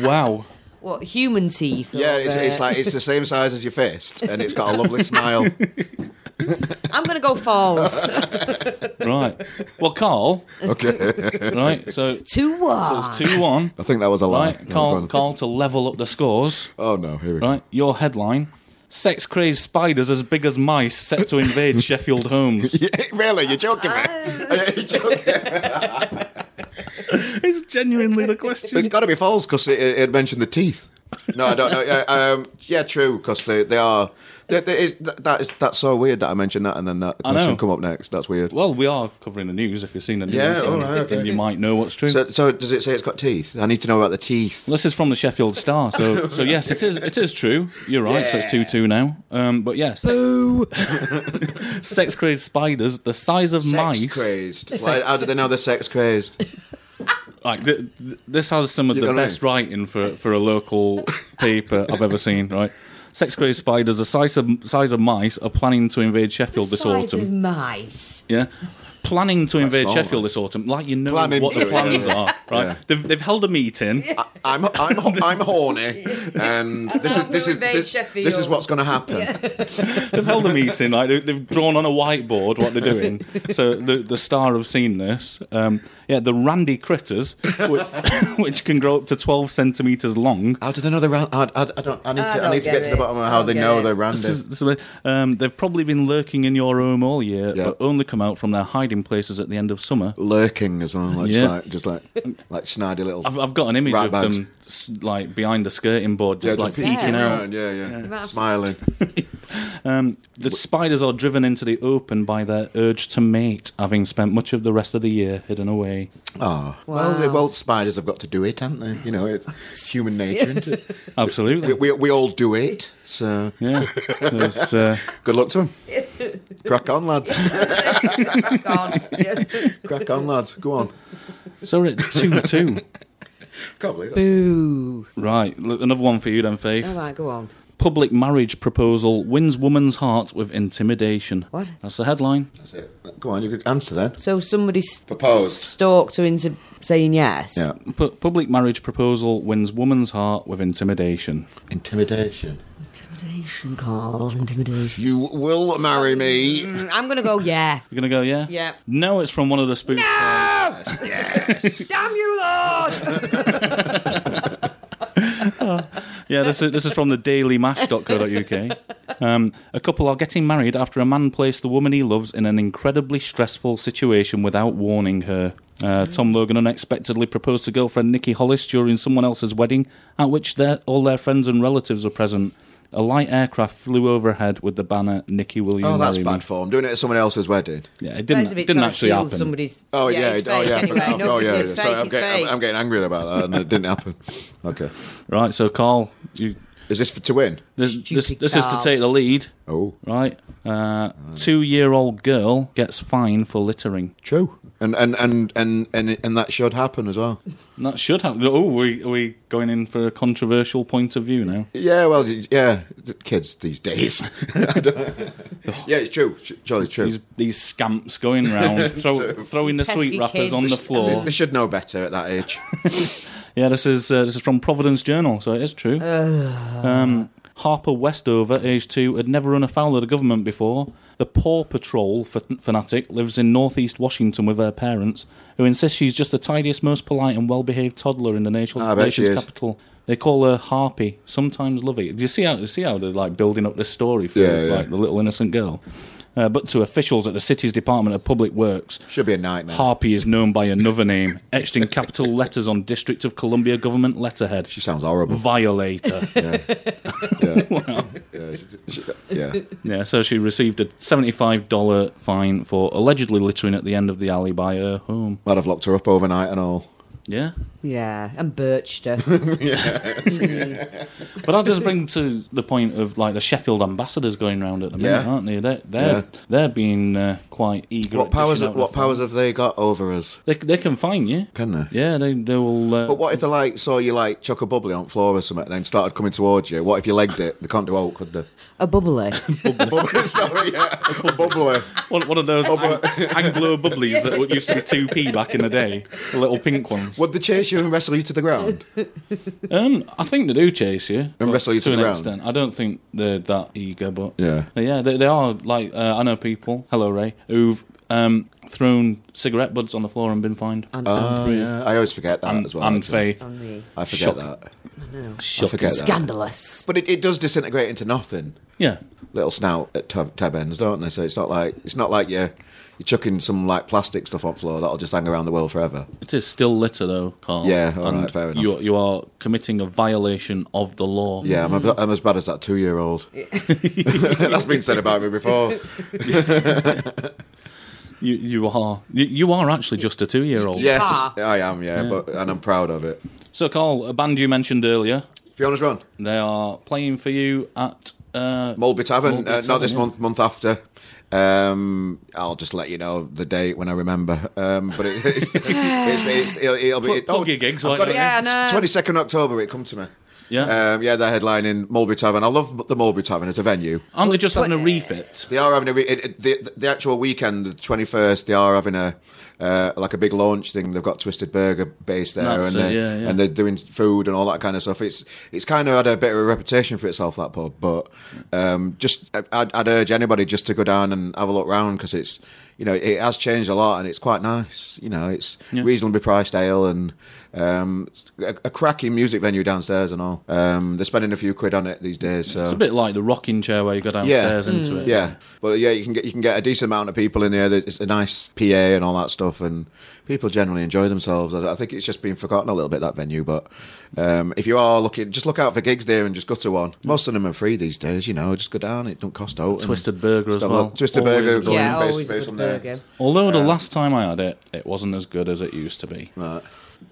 Speaker 4: wow?
Speaker 6: What, human teeth? uh, or
Speaker 5: Yeah, it's,
Speaker 6: the-
Speaker 5: it's like it's the same size as your fist, and it's got a
Speaker 4: <laughs>
Speaker 5: lovely smile.
Speaker 6: I'm going to
Speaker 5: <laughs>
Speaker 6: go false.
Speaker 4: Right. Well, Carl. <laughs>
Speaker 5: Okay,
Speaker 4: Right. So
Speaker 6: Two
Speaker 4: So
Speaker 6: what?
Speaker 4: it's two one.
Speaker 5: I think that was a lie.
Speaker 4: Right,
Speaker 5: No, go
Speaker 4: Carl,
Speaker 5: on.
Speaker 4: Carl to level up the scores.
Speaker 5: Oh no, here we go.
Speaker 4: Right, your headline: Sex crazed spiders as big as mice set to
Speaker 5: <laughs>
Speaker 4: invade Sheffield homes.
Speaker 5: Yeah, <laughs> really, you're joking, mate.
Speaker 6: Uh,
Speaker 5: You're joking.
Speaker 4: It's genuinely the question.
Speaker 5: It's got to be false because it, it, it mentioned the teeth. No, I don't know. Yeah, um, yeah true, because they, they are. They, they, is, that, that is, that's so weird that I mentioned that, and then that
Speaker 4: I know.
Speaker 5: question come up next. That's weird.
Speaker 4: Well, we are covering the news. If you've seen the news,
Speaker 5: Yeah,
Speaker 4: then,
Speaker 5: all right,
Speaker 4: then
Speaker 5: okay.
Speaker 4: you might know what's true.
Speaker 5: So, so does it say it's got teeth? I need to know about the teeth.
Speaker 4: this is from the Sheffield Star, so
Speaker 5: <laughs>
Speaker 4: so yes, it is it is true. You're right. So it's two two now. Um, but yes, <laughs> sex crazed spiders the size of
Speaker 5: Sex
Speaker 4: mice.
Speaker 5: crazed. Why, how do they know they're sex crazed?
Speaker 4: Like th- th- this has some of
Speaker 5: You
Speaker 4: the
Speaker 5: know what I
Speaker 4: best writing for for a local paper I've ever seen. Right, sex crazed spiders the size of size of mice are planning to invade Sheffield this
Speaker 6: Size of
Speaker 5: <laughs>
Speaker 4: autumn.
Speaker 6: mice.
Speaker 4: Yeah, planning to invade
Speaker 5: wrong.
Speaker 4: Sheffield this autumn, like you know
Speaker 5: Planning
Speaker 4: what the
Speaker 5: to, yeah.
Speaker 4: plans are, right?
Speaker 5: Yeah.
Speaker 4: They've, they've held a meeting.
Speaker 5: I'm I'm I'm horny,
Speaker 6: <laughs>
Speaker 5: and this is
Speaker 6: I'm
Speaker 5: this is
Speaker 6: gonna
Speaker 5: this, this
Speaker 6: invade
Speaker 5: is
Speaker 6: Sheffield.
Speaker 5: what's going to happen.
Speaker 4: They've held a meeting. Like they- they've drawn on a whiteboard what they're doing. So the the star have seen this. Um, yeah, the randy critters, <laughs> which, which can grow up to twelve centimeters long.
Speaker 5: <laughs> How do they know they ran? I, I, I don't. I need
Speaker 6: I
Speaker 5: to. I
Speaker 6: don't
Speaker 5: need to get
Speaker 6: get
Speaker 5: to the
Speaker 6: it.
Speaker 5: bottom of
Speaker 6: I
Speaker 5: how
Speaker 6: don't
Speaker 5: they
Speaker 6: get
Speaker 5: know
Speaker 6: it.
Speaker 5: they ran.
Speaker 4: This
Speaker 5: it.
Speaker 4: is- this is- um, they've probably been lurking in your home all year,
Speaker 5: Yeah.
Speaker 4: but only come out from their hiding places at the end of summer.
Speaker 5: Lurking as well, like,
Speaker 4: Yeah.
Speaker 5: just like <laughs> just like like snidey little.
Speaker 4: I've, I've got an image
Speaker 5: Rat
Speaker 4: of
Speaker 5: bags.
Speaker 4: them s- like behind the skirting board, just like
Speaker 5: just
Speaker 4: peeking out.
Speaker 5: around, Yeah, yeah,
Speaker 6: Yeah.
Speaker 5: smiling.
Speaker 4: The spiders are driven into the open by their urge to mate, having spent much of the rest of the year hidden away.
Speaker 5: Ah. Well, they-
Speaker 6: Ah.
Speaker 5: well, spiders have got to do it, haven't they? You know,
Speaker 6: <laughs>
Speaker 5: it's human nature. Isn't it?
Speaker 4: Absolutely.
Speaker 5: <laughs> we, we we all do it. So
Speaker 4: yeah. There's, uh,
Speaker 5: good luck
Speaker 6: <laughs>
Speaker 5: to them. Crack on, lads.
Speaker 6: God. Yeah.
Speaker 5: Crack on, lads. Go on.
Speaker 4: so we're at 2 2.
Speaker 5: Can't believe that.
Speaker 6: Boo.
Speaker 4: Right. Look, another one for you then, Faith.
Speaker 6: All right, go on.
Speaker 4: Public marriage proposal wins woman's heart with intimidation.
Speaker 6: What?
Speaker 4: That's the headline.
Speaker 5: That's it. Go on, you could answer then.
Speaker 6: So somebody s-
Speaker 5: Proposed.
Speaker 6: stalked her into saying yes.
Speaker 5: Yeah.
Speaker 4: Pu- public marriage proposal wins woman's heart with intimidation.
Speaker 5: Intimidation.
Speaker 6: Intimidation call. Intimidation.
Speaker 5: You will marry me.
Speaker 6: Mm, I'm going to go, yeah.
Speaker 4: You're going to go, yeah?
Speaker 6: Yeah.
Speaker 4: No, it's from one of the spooks.
Speaker 6: Damn you, Lord!
Speaker 4: Yeah, this is, this is from the
Speaker 6: <laughs>
Speaker 4: dailymash.co.uk. Um, a couple are getting married after a man placed the woman he loves in an incredibly stressful situation without warning her. Uh,
Speaker 6: Mm-hmm.
Speaker 4: Tom Logan unexpectedly proposed to girlfriend Nikki Hollis during someone else's wedding, at which their, all their friends and relatives were present. A light aircraft flew overhead with the banner "Nikki Williams."
Speaker 5: Oh, that's bad form. Doing it at someone else's wedding.
Speaker 4: Yeah, it didn't. It
Speaker 6: That's a
Speaker 4: didn't
Speaker 6: bit trying to
Speaker 4: actually
Speaker 6: steal
Speaker 4: happen.
Speaker 6: somebody's.
Speaker 5: Oh yeah,
Speaker 6: it's
Speaker 5: oh
Speaker 6: fake
Speaker 5: yeah,
Speaker 6: anyway.
Speaker 5: oh,
Speaker 6: No,
Speaker 5: oh, yeah.
Speaker 6: It's
Speaker 5: yeah.
Speaker 6: fake,
Speaker 5: Sorry, I'm,
Speaker 6: it's
Speaker 5: getting,
Speaker 6: fake.
Speaker 5: I'm, I'm getting angry about that, and it didn't happen. Okay,
Speaker 4: Right, so Carl, you,
Speaker 5: is this for to win?
Speaker 4: this, this,
Speaker 6: Stupid
Speaker 4: this is to
Speaker 6: Carl.
Speaker 4: take the lead.
Speaker 5: Oh,
Speaker 4: Right, uh, two-year-old girl gets fined for littering.
Speaker 5: true. And and and and and, and that should happen as well.
Speaker 4: And That should happen. Oh, we, are we going in for a controversial point of view now?
Speaker 5: Yeah, well, y- yeah, the kids these days. <laughs> I <laughs> don't- yeah, it's true. Sh- Surely it's true.
Speaker 4: These, these scamps going round, throw, throwing the
Speaker 6: Pesky
Speaker 4: sweet wrappers
Speaker 6: <laughs>
Speaker 4: on the
Speaker 6: kids.
Speaker 5: They,
Speaker 4: floor.
Speaker 5: they should know better at that age.
Speaker 4: Yeah, this is uh, this is from Providence Journal, so it is true. Um, Harper Westover, age two, had never run afoul of the government before. The Paw Patrol f- fanatic lives in northeast Washington with her parents, who insist she's just the tidiest, most polite, and well-behaved toddler in the nation,
Speaker 5: I bet she
Speaker 4: nation's
Speaker 5: is.
Speaker 4: capital. They call her Harpy, sometimes Lovey. Do you see how you see how they're like building up this story for
Speaker 5: Yeah, yeah.
Speaker 4: like the little innocent girl? Uh, but to officials at the city's Department of Public Works,
Speaker 5: Should be a nightmare.
Speaker 4: Harpy is known by another name, etched in capital letters on District of Columbia government letterhead.
Speaker 5: She sounds horrible.
Speaker 4: Violator.
Speaker 5: <laughs>
Speaker 4: <laughs>
Speaker 5: Yeah, yeah. sh- sh- yeah.
Speaker 4: yeah, so she received a $75 fine for allegedly littering at the end of the alley by her home.
Speaker 5: Might have locked her up overnight and all.
Speaker 4: Yeah.
Speaker 6: Yeah, and birched her.
Speaker 5: <laughs>
Speaker 4: But that does bring to the point of like the Sheffield ambassadors going round at the minute,
Speaker 5: Yeah.
Speaker 4: aren't they? They're, they're,
Speaker 5: Yeah.
Speaker 4: they're being uh, quite eager.
Speaker 5: What
Speaker 4: at
Speaker 5: powers?
Speaker 4: dishing out
Speaker 5: What
Speaker 4: their fines.
Speaker 5: powers have they got over us?
Speaker 4: They, they can fine you.
Speaker 5: Can they?
Speaker 4: Yeah, they, they will. Uh,
Speaker 5: But what if they like saw you like chuck a bubbly on floor or something and then started coming towards you? What if you legged it? They can't do out, could they?
Speaker 6: a bubbly.
Speaker 5: Uh, <laughs> bubbly, sorry, yeah. bubbly.
Speaker 4: One, one of those
Speaker 5: Oh,
Speaker 4: Ang- Anglo bubblies that used to be 2p back in the day, the little pink ones.
Speaker 5: Would they chase you and wrestle you to
Speaker 4: <laughs>
Speaker 5: the ground?
Speaker 4: Um, I think they do chase you but
Speaker 5: wrestle you to the
Speaker 4: an
Speaker 5: ground.
Speaker 4: extent. I don't think they're that eager, but
Speaker 5: Yeah.
Speaker 4: yeah, they, they are. Like uh, I know people. Hello, Ray, who've um, thrown cigarette butts on the floor and been fined.
Speaker 6: And,
Speaker 5: Oh, yeah. I always forget that as well.
Speaker 4: and
Speaker 5: actually.
Speaker 4: Faith,
Speaker 6: and me.
Speaker 5: I forget
Speaker 4: Shock.
Speaker 5: that.
Speaker 4: Shock.
Speaker 5: I forget that.
Speaker 6: <laughs> Scandalous.
Speaker 5: But it, it does disintegrate into nothing.
Speaker 4: yeah,
Speaker 5: Little snout at tab, tab ends, don't they? So it's not like it's not like you're you're chucking some like plastic stuff on floor that'll just hang around the world forever.
Speaker 4: it is still litter though, Carl.
Speaker 5: Yeah, all
Speaker 4: and
Speaker 5: right, fair enough.
Speaker 4: You you are committing a violation of the law.
Speaker 5: Yeah, I'm, a, I'm as bad as that two year old. <laughs> That's been said about me before.
Speaker 4: you you are you, you are actually just a two year old.
Speaker 5: Yes,
Speaker 6: Ah.
Speaker 5: I am. Yeah, but and I'm proud of it.
Speaker 4: So, Carl, a band you mentioned earlier,
Speaker 5: Fiona's Run,
Speaker 4: they are playing for you at. Uh,
Speaker 5: Mulby Tavern.
Speaker 4: Mulby
Speaker 5: uh,
Speaker 4: Tavern,
Speaker 5: not this
Speaker 4: yeah.
Speaker 5: month. Month after. Um, I'll just let you know the date when I remember. Um, but it, it's, it's, it's, it'll, it'll be.
Speaker 4: Plug- plug your gigs, why don't you?
Speaker 6: Yeah, I know.
Speaker 5: Twenty second October. It come to me.
Speaker 4: Yeah.
Speaker 5: um, yeah. They're headlining Mulberry Tavern. I love the Mulberry Tavern as a venue.
Speaker 4: Aren't they just having a refit?
Speaker 5: They are having a re- it, it- the, the actual weekend, the twenty first. They are having a uh, like a big launch thing. They've got Twisted Burger based there,
Speaker 4: That's
Speaker 5: and
Speaker 4: it,
Speaker 5: they're,
Speaker 4: yeah, yeah.
Speaker 5: and they're doing food and all that kind of stuff. It's it's kind of had a bit of a reputation for itself that pub, but um, just I- I'd, I'd urge anybody just to go down and have a look round because it's you know it has changed a lot and it's quite nice. You know, it's reasonably priced ale and um, a, a cracking music venue downstairs and all. Um, they're spending a few quid on it these days. So
Speaker 4: It's a bit like the rocking chair where you go downstairs into it.
Speaker 5: yeah, well, yeah, you can get you can get a decent amount of people in there. It's a nice PA and all that stuff, and people generally enjoy themselves. I I think it's just been forgotten a little bit that venue, but um, if you are looking, just look out for gigs there and just go to one.
Speaker 4: Mm.
Speaker 5: Most of them are free these days, you know. Just go down; it don't cost out. and
Speaker 4: Twisted Burger
Speaker 5: just
Speaker 4: as
Speaker 5: have a look.
Speaker 4: well.
Speaker 5: Twisted
Speaker 4: Always
Speaker 5: burger,
Speaker 4: a-
Speaker 5: going
Speaker 6: yeah,
Speaker 5: based-
Speaker 6: always a
Speaker 5: based
Speaker 6: good
Speaker 5: on there.
Speaker 6: burger.
Speaker 4: Although the last time I had it, it wasn't as good as it used to be.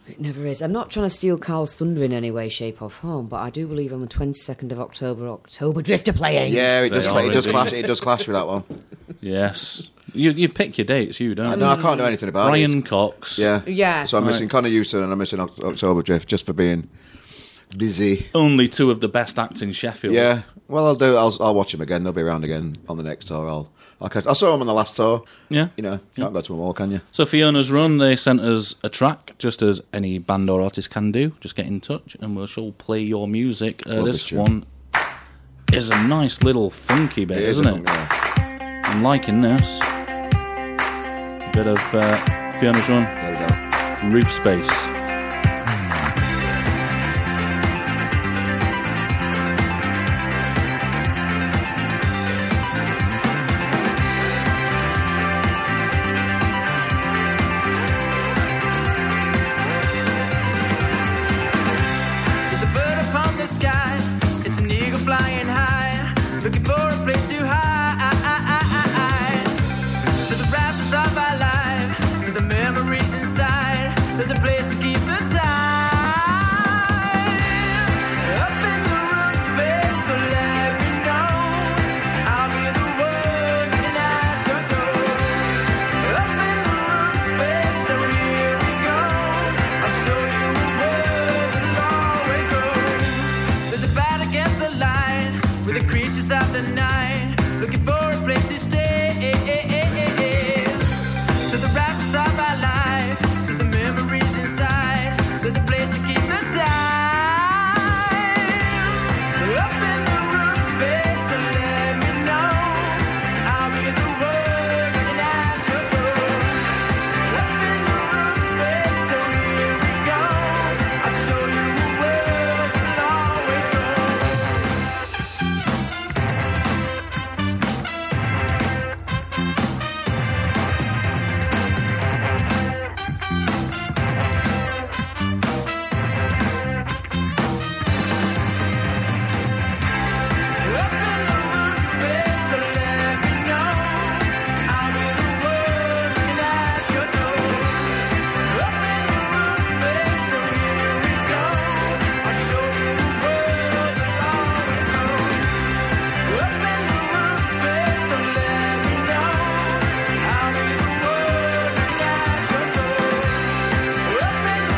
Speaker 6: It never is. I'm not trying to steal Carl's thunder in any way, shape, or form, but I do believe on the 22nd of October, October Drifter playing.
Speaker 5: Yeah, it does.
Speaker 4: They
Speaker 5: cla-
Speaker 4: are
Speaker 5: it does
Speaker 4: indeed.
Speaker 5: clash. It does clash with that
Speaker 6: <laughs>
Speaker 5: one.
Speaker 4: Yes. You you pick your dates, you don't.
Speaker 5: No, I
Speaker 4: you?
Speaker 5: can't do anything about it.
Speaker 4: Brian Cox.
Speaker 5: Yeah,
Speaker 6: Yeah.
Speaker 5: So I'm
Speaker 4: Right.
Speaker 5: missing Connor Houston and I'm missing Oct- October Drift just for being busy.
Speaker 4: Only two of the best acts in Sheffield.
Speaker 5: Yeah. Well, I'll do. I'll, I'll watch him again. They'll be around again on the next tour. I'll. I'll catch, I saw him on the last tour.
Speaker 4: Yeah.
Speaker 5: You know, can't go to them all, can you?
Speaker 4: So Fiona's run, they sent us a track, just as any band or artist can do. Just get in touch, and we'll all play your music. Uh,
Speaker 5: Love
Speaker 4: this
Speaker 5: this tune.
Speaker 4: one is a nice little funky bit,
Speaker 5: is
Speaker 4: isn't
Speaker 5: a
Speaker 4: it?
Speaker 5: fun- yeah.
Speaker 4: I'm liking this. Bit of uh, Fiona's run,
Speaker 5: There we go.
Speaker 4: roof space.
Speaker 3: There's a bird up on the sky. It's an eagle flying high. Looking for a place to hide. To the raptors of my life. To the memories inside. There's a place to keep the time. Up in the room space. So let me know. I'll be the one and I your door. Up in the room space. So here we go. I'll show you a world that'll always grow. There's a battle against the light with the creatures of the night, looking for a place to stay. To the rafters of my life, to the memories inside, there's a place to keep the time. Up in the room space, so let me know. I'll be the one knocking at your door. Up in the room space, so here we go. I'll show you a world that'll always grow. Up in the room space, so let me know. I'll be the one knocking at your door. Up in the room space, so here we go. I'll show you the world that always knows. Up in the room space, so let me know. I'll be the one knocking at your door. Up in the room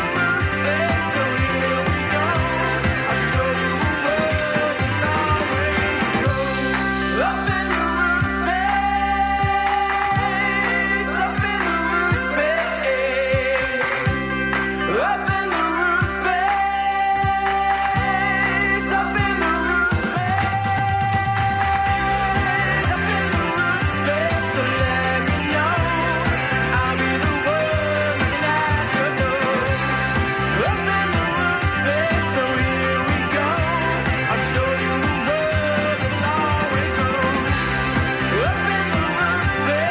Speaker 3: space, so here we go. I'll show you the world that always knows. Up in the roof space, up in the roof space, up in the roof space, up in the roof space, up in the roof space. So let me know, I'll be the one knocking at your door. Up in the roof space, so here we go. I'll show you the world that always grows. Up in the roof space, so let me know. I'll be the one knocking at your door. Up in the roof space, so here we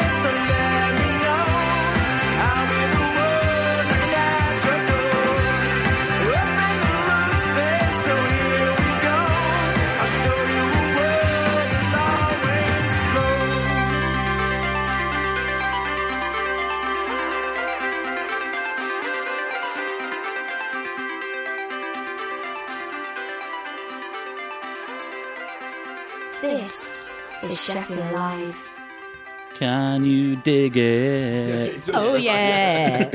Speaker 3: go. I'll show you the world that always grows.
Speaker 1: This is Sheffield Live.
Speaker 4: Can you dig it?
Speaker 6: Oh
Speaker 5: <laughs>
Speaker 6: yeah.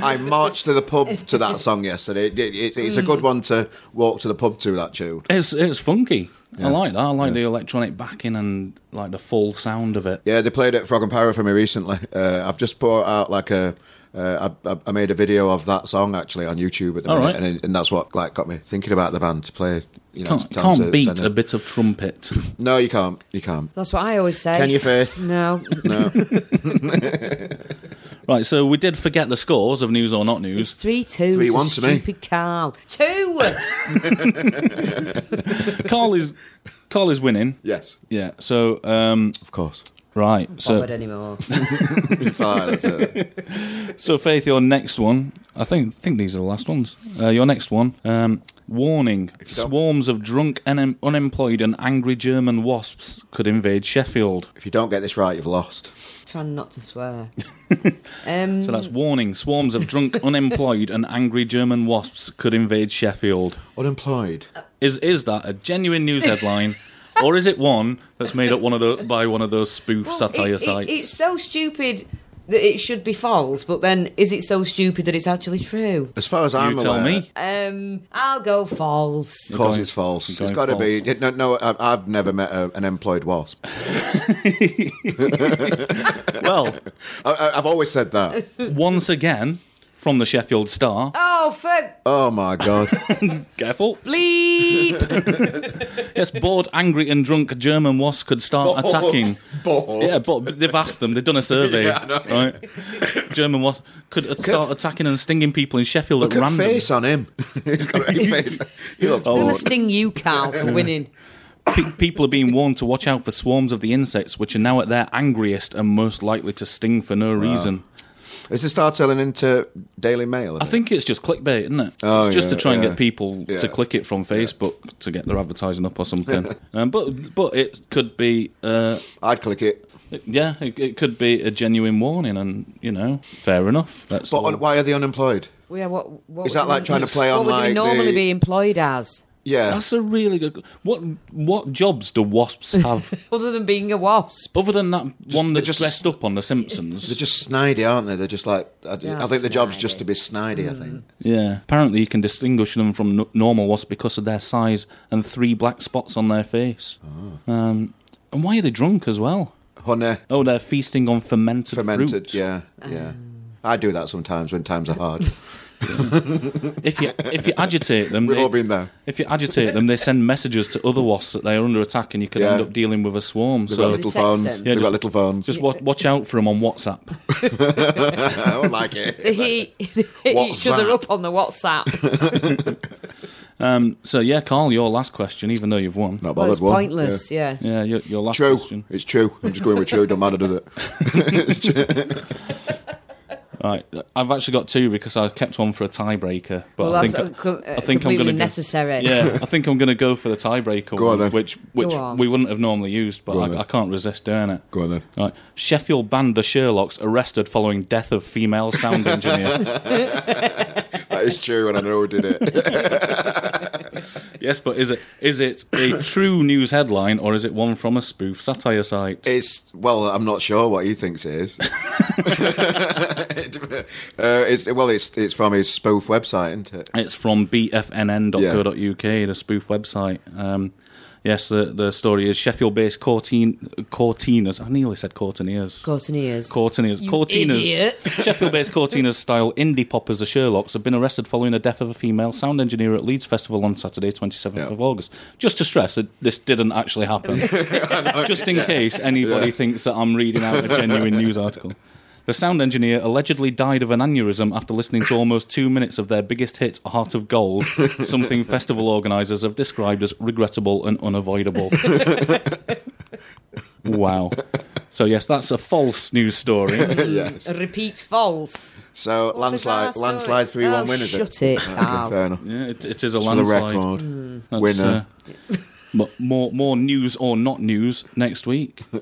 Speaker 5: I marched to the pub to that song yesterday. It- it- it- it's a good one to walk to the pub to that tune.
Speaker 4: It's it's funky. I like that. I like the electronic backing and like the full sound of it.
Speaker 5: Yeah, they played it at Frog and Power for me recently. Uh, I've just put out like a. Uh, I, I- I made a video of that song actually on YouTube at the
Speaker 4: All
Speaker 5: minute,
Speaker 4: right.
Speaker 5: and, and that's what like got me thinking about the band to play. You know,
Speaker 4: Can't,
Speaker 5: to-
Speaker 4: can't
Speaker 5: to
Speaker 4: beat
Speaker 5: send it.
Speaker 4: a bit of trumpet.
Speaker 5: No, you can't. You can't.
Speaker 6: That's what I always say.
Speaker 5: Can you, Faith?
Speaker 6: No.
Speaker 5: No.
Speaker 4: right, so we did forget the scores of news or not <laughs>
Speaker 6: It's
Speaker 4: news.
Speaker 5: <laughs>
Speaker 6: three two.
Speaker 5: Three
Speaker 6: to
Speaker 5: one to me.
Speaker 6: Stupid Carl.
Speaker 4: <laughs>
Speaker 6: Two.
Speaker 4: Carl is Carl is winning.
Speaker 5: yes,
Speaker 4: Yeah. So um,
Speaker 5: of course.
Speaker 4: right. So <laughs>
Speaker 6: Bothered anymore.
Speaker 5: Fine, that's it.
Speaker 4: so Faith, your next one. I think think these are the last ones. Uh, your next one. Um, warning:
Speaker 5: you don't-
Speaker 4: Swarms of drunk, un- unemployed, and angry German wasps could invade Sheffield.
Speaker 5: If you don't get this right, you've lost.
Speaker 6: Trying not
Speaker 4: <laughs>
Speaker 6: to swear. Um,
Speaker 4: So that's warning. Swarms of
Speaker 6: <laughs>
Speaker 4: drunk, unemployed, and angry German wasps could invade Sheffield.
Speaker 5: Unemployed.
Speaker 4: Is is that a genuine news
Speaker 6: <laughs>
Speaker 4: headline, or is it one that's made up one of the, by one of those spoof
Speaker 6: well,
Speaker 4: satire
Speaker 6: it- it-
Speaker 4: sites?
Speaker 6: it's so stupid that it should be false, but then is it so stupid that it's actually true?
Speaker 5: As far as I'm
Speaker 4: you tell
Speaker 5: aware,
Speaker 4: me.
Speaker 6: Um, I'll go false.
Speaker 5: Of course,
Speaker 4: going-
Speaker 5: it's false.
Speaker 4: you're
Speaker 5: It's
Speaker 4: going
Speaker 5: got to be.
Speaker 4: false.
Speaker 5: it- No, no I've, I've never met a, an employed wasp.
Speaker 4: <laughs> Well,
Speaker 5: I, I, I've always said that.
Speaker 4: once again from the Sheffield Star.
Speaker 6: Oh, for
Speaker 5: Oh my god!
Speaker 4: Careful. <laughs>
Speaker 6: bleep!
Speaker 4: Yes, bored, angry, and drunk German wasps could start <laughs> attacking.
Speaker 5: Ball.
Speaker 4: Yeah, but they've asked them. They've done a survey,
Speaker 5: <laughs> Yeah, I know.
Speaker 4: right? German wasps could start attacking and stinging people in Sheffield
Speaker 5: Look
Speaker 4: at
Speaker 5: at
Speaker 4: random. Oh.
Speaker 5: face on him. <laughs> He's
Speaker 4: <laughs>
Speaker 5: got a face. He looks
Speaker 6: I'm
Speaker 5: bored.
Speaker 6: gonna sting you, Carl, for winning.
Speaker 4: Pe- people are being warned to watch out for swarms of the insects, which are now at their angriest and most likely to sting for no reason.
Speaker 5: Is the star telling into Daily Mail?
Speaker 4: I think it's just clickbait, isn't it?
Speaker 5: Oh,
Speaker 4: it's just
Speaker 5: yeah,
Speaker 4: to try and
Speaker 5: yeah.
Speaker 4: get people
Speaker 5: Yeah.
Speaker 4: to click it from Facebook to get their advertising up or
Speaker 5: <laughs>
Speaker 4: something. um, but but it could be, uh,
Speaker 5: I'd click it.
Speaker 4: yeah, it, it could be a genuine warning, and you know, fair enough. That's
Speaker 5: But
Speaker 4: all.
Speaker 5: un- why are they unemployed?
Speaker 6: Well, yeah, what, what
Speaker 5: Is
Speaker 6: would
Speaker 5: that like
Speaker 6: you want-
Speaker 5: trying to play on
Speaker 6: What would
Speaker 5: like
Speaker 6: you normally
Speaker 5: the-
Speaker 6: be employed as,
Speaker 5: Yeah,
Speaker 4: That's a really good. What what jobs do
Speaker 5: <laughs>
Speaker 4: wasps have
Speaker 6: other than being a wasp?
Speaker 4: other than that one
Speaker 5: they're
Speaker 4: that's
Speaker 5: just-
Speaker 4: dressed up on The Simpsons?
Speaker 5: <laughs> they're just snidey, aren't they? They're just like I,
Speaker 6: They
Speaker 5: I
Speaker 6: are
Speaker 5: think the job's just
Speaker 6: snidey.
Speaker 5: to be snidey. I think.
Speaker 4: Yeah. Apparently, you can distinguish them from n- normal wasps because of their size and three black spots on their face.
Speaker 5: Ah.
Speaker 4: Um, and why are they drunk as well?
Speaker 5: Honey,
Speaker 4: Oh, they're feasting on fermented
Speaker 5: fermented.
Speaker 4: fruit.
Speaker 5: Yeah, yeah.
Speaker 6: Ah.
Speaker 5: I do that sometimes when times are
Speaker 4: <laughs>
Speaker 5: hard.
Speaker 4: If you if you agitate them,
Speaker 5: <laughs> We've
Speaker 4: they-
Speaker 5: all been there.
Speaker 4: If you agitate them, they send messages to other wasps that they are under attack, and you could
Speaker 5: Yeah.
Speaker 4: end up dealing with a swarm.
Speaker 5: They've got
Speaker 4: so
Speaker 5: little
Speaker 6: text
Speaker 5: phones.
Speaker 6: them.
Speaker 4: Yeah,
Speaker 5: They've
Speaker 4: just-
Speaker 5: got little phones.
Speaker 4: just wa- watch out for them on WhatsApp.
Speaker 5: I don't like it.
Speaker 6: <laughs> They hit, they hit each
Speaker 5: WhatsApp.
Speaker 6: other up on the WhatsApp.
Speaker 4: So yeah, Carl, your last question, even though you've won.
Speaker 5: <laughs> Not bothered.
Speaker 6: well, it's
Speaker 5: one.
Speaker 6: pointless,
Speaker 5: Yeah.
Speaker 6: yeah.
Speaker 4: Yeah, your, your last
Speaker 5: True.
Speaker 4: question.
Speaker 5: It's true. I'm just going with true. Don't matter,
Speaker 4: <laughs>
Speaker 5: does it?
Speaker 4: Right, I've actually got two because I kept one for a tiebreaker. But
Speaker 6: Well,
Speaker 4: I
Speaker 6: that's
Speaker 4: think
Speaker 6: uh, com- uh,
Speaker 4: I think I'm
Speaker 6: completely
Speaker 4: going to <laughs>
Speaker 6: necessary.
Speaker 4: Yeah, I think I'm going to go for the tiebreaker
Speaker 5: Go on
Speaker 4: one,
Speaker 5: then.
Speaker 4: which which
Speaker 6: on.
Speaker 4: we wouldn't have normally used, but
Speaker 5: Go on
Speaker 4: I,
Speaker 5: then.
Speaker 4: I can't resist doing it.
Speaker 5: Go on then.
Speaker 4: Right. Sheffield band The Sherlocks arrested following death of female sound
Speaker 5: <laughs>
Speaker 4: engineer.
Speaker 5: That is true, and I know who did it.
Speaker 4: <laughs> yes, but is it is it a true news headline or is it one from a spoof satire site?
Speaker 5: It's well, I'm not sure what he thinks it
Speaker 4: <laughs>
Speaker 5: is. <laughs> uh, it's well, it's it's from his spoof website, isn't it?
Speaker 4: It's from bfnn.co.uk, the spoof website. Um, yes, the, the story is Sheffield-based Cortin, Cortinas. I nearly said Cortinas.
Speaker 6: Courtineers.
Speaker 4: Cortinas. Cortinas.
Speaker 6: idiot.
Speaker 4: <laughs> Sheffield-based Cortinas style indie poppers, the Sherlocks, have been arrested following the death of a female sound engineer at Leeds Festival on Saturday, 27th
Speaker 5: Yeah.
Speaker 4: of August. Just to stress that this didn't actually happen, just in case anybody thinks that I'm reading out a genuine news article. The sound engineer allegedly died of an aneurysm after listening to almost two minutes of their biggest hit, Heart of Gold, something festival organisers have described as regrettable and unavoidable. wow. So, yes, that's a false news
Speaker 5: <laughs>
Speaker 4: story.
Speaker 5: yes.
Speaker 6: Repeat false.
Speaker 5: So landslide,
Speaker 6: bizarre
Speaker 5: landslide,
Speaker 6: story.
Speaker 5: three one
Speaker 6: Oh,
Speaker 5: winner. is
Speaker 6: shut it,
Speaker 5: <laughs> Okay,
Speaker 6: Carl.
Speaker 5: Fair enough.
Speaker 4: Yeah, it, it is a
Speaker 5: For the
Speaker 4: landslide.
Speaker 5: record,
Speaker 4: That's,
Speaker 5: winner.
Speaker 4: uh, mo- more more news or not news next week. uh,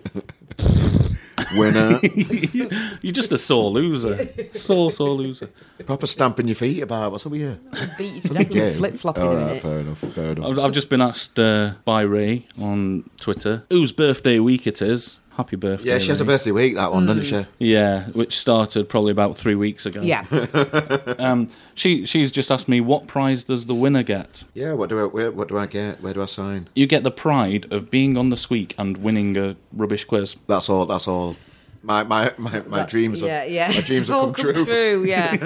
Speaker 4: <laughs>
Speaker 5: winner.
Speaker 4: You're just a sore loser, sore sore loser.
Speaker 5: Proper stamping your feet about. What's up with you?
Speaker 6: Beat you to death with flip flopping
Speaker 5: All
Speaker 6: in
Speaker 5: right,
Speaker 6: it.
Speaker 5: fair enough.
Speaker 4: Oh,
Speaker 5: Fair enough.
Speaker 4: I've, I've just been asked uh, by Ray on Twitter whose birthday week it is. Happy birthday.
Speaker 5: Yeah, she has a
Speaker 4: Ray.
Speaker 5: birthday week, that one, doesn't
Speaker 6: Hmm.
Speaker 5: she?
Speaker 4: Yeah, which started probably about three weeks ago.
Speaker 6: Yeah.
Speaker 4: She she's just asked me what prize does the winner get?
Speaker 5: Yeah, what do I, where, what do I get? Where do I sign?
Speaker 4: You get the pride of being on the squeak and winning a rubbish quiz.
Speaker 5: That's all, that's all. My, my, my, my <laughs> dreams
Speaker 6: yeah,
Speaker 5: are,
Speaker 6: yeah.
Speaker 5: My
Speaker 6: <laughs>
Speaker 5: dreams have
Speaker 6: All
Speaker 5: come true.
Speaker 6: yeah.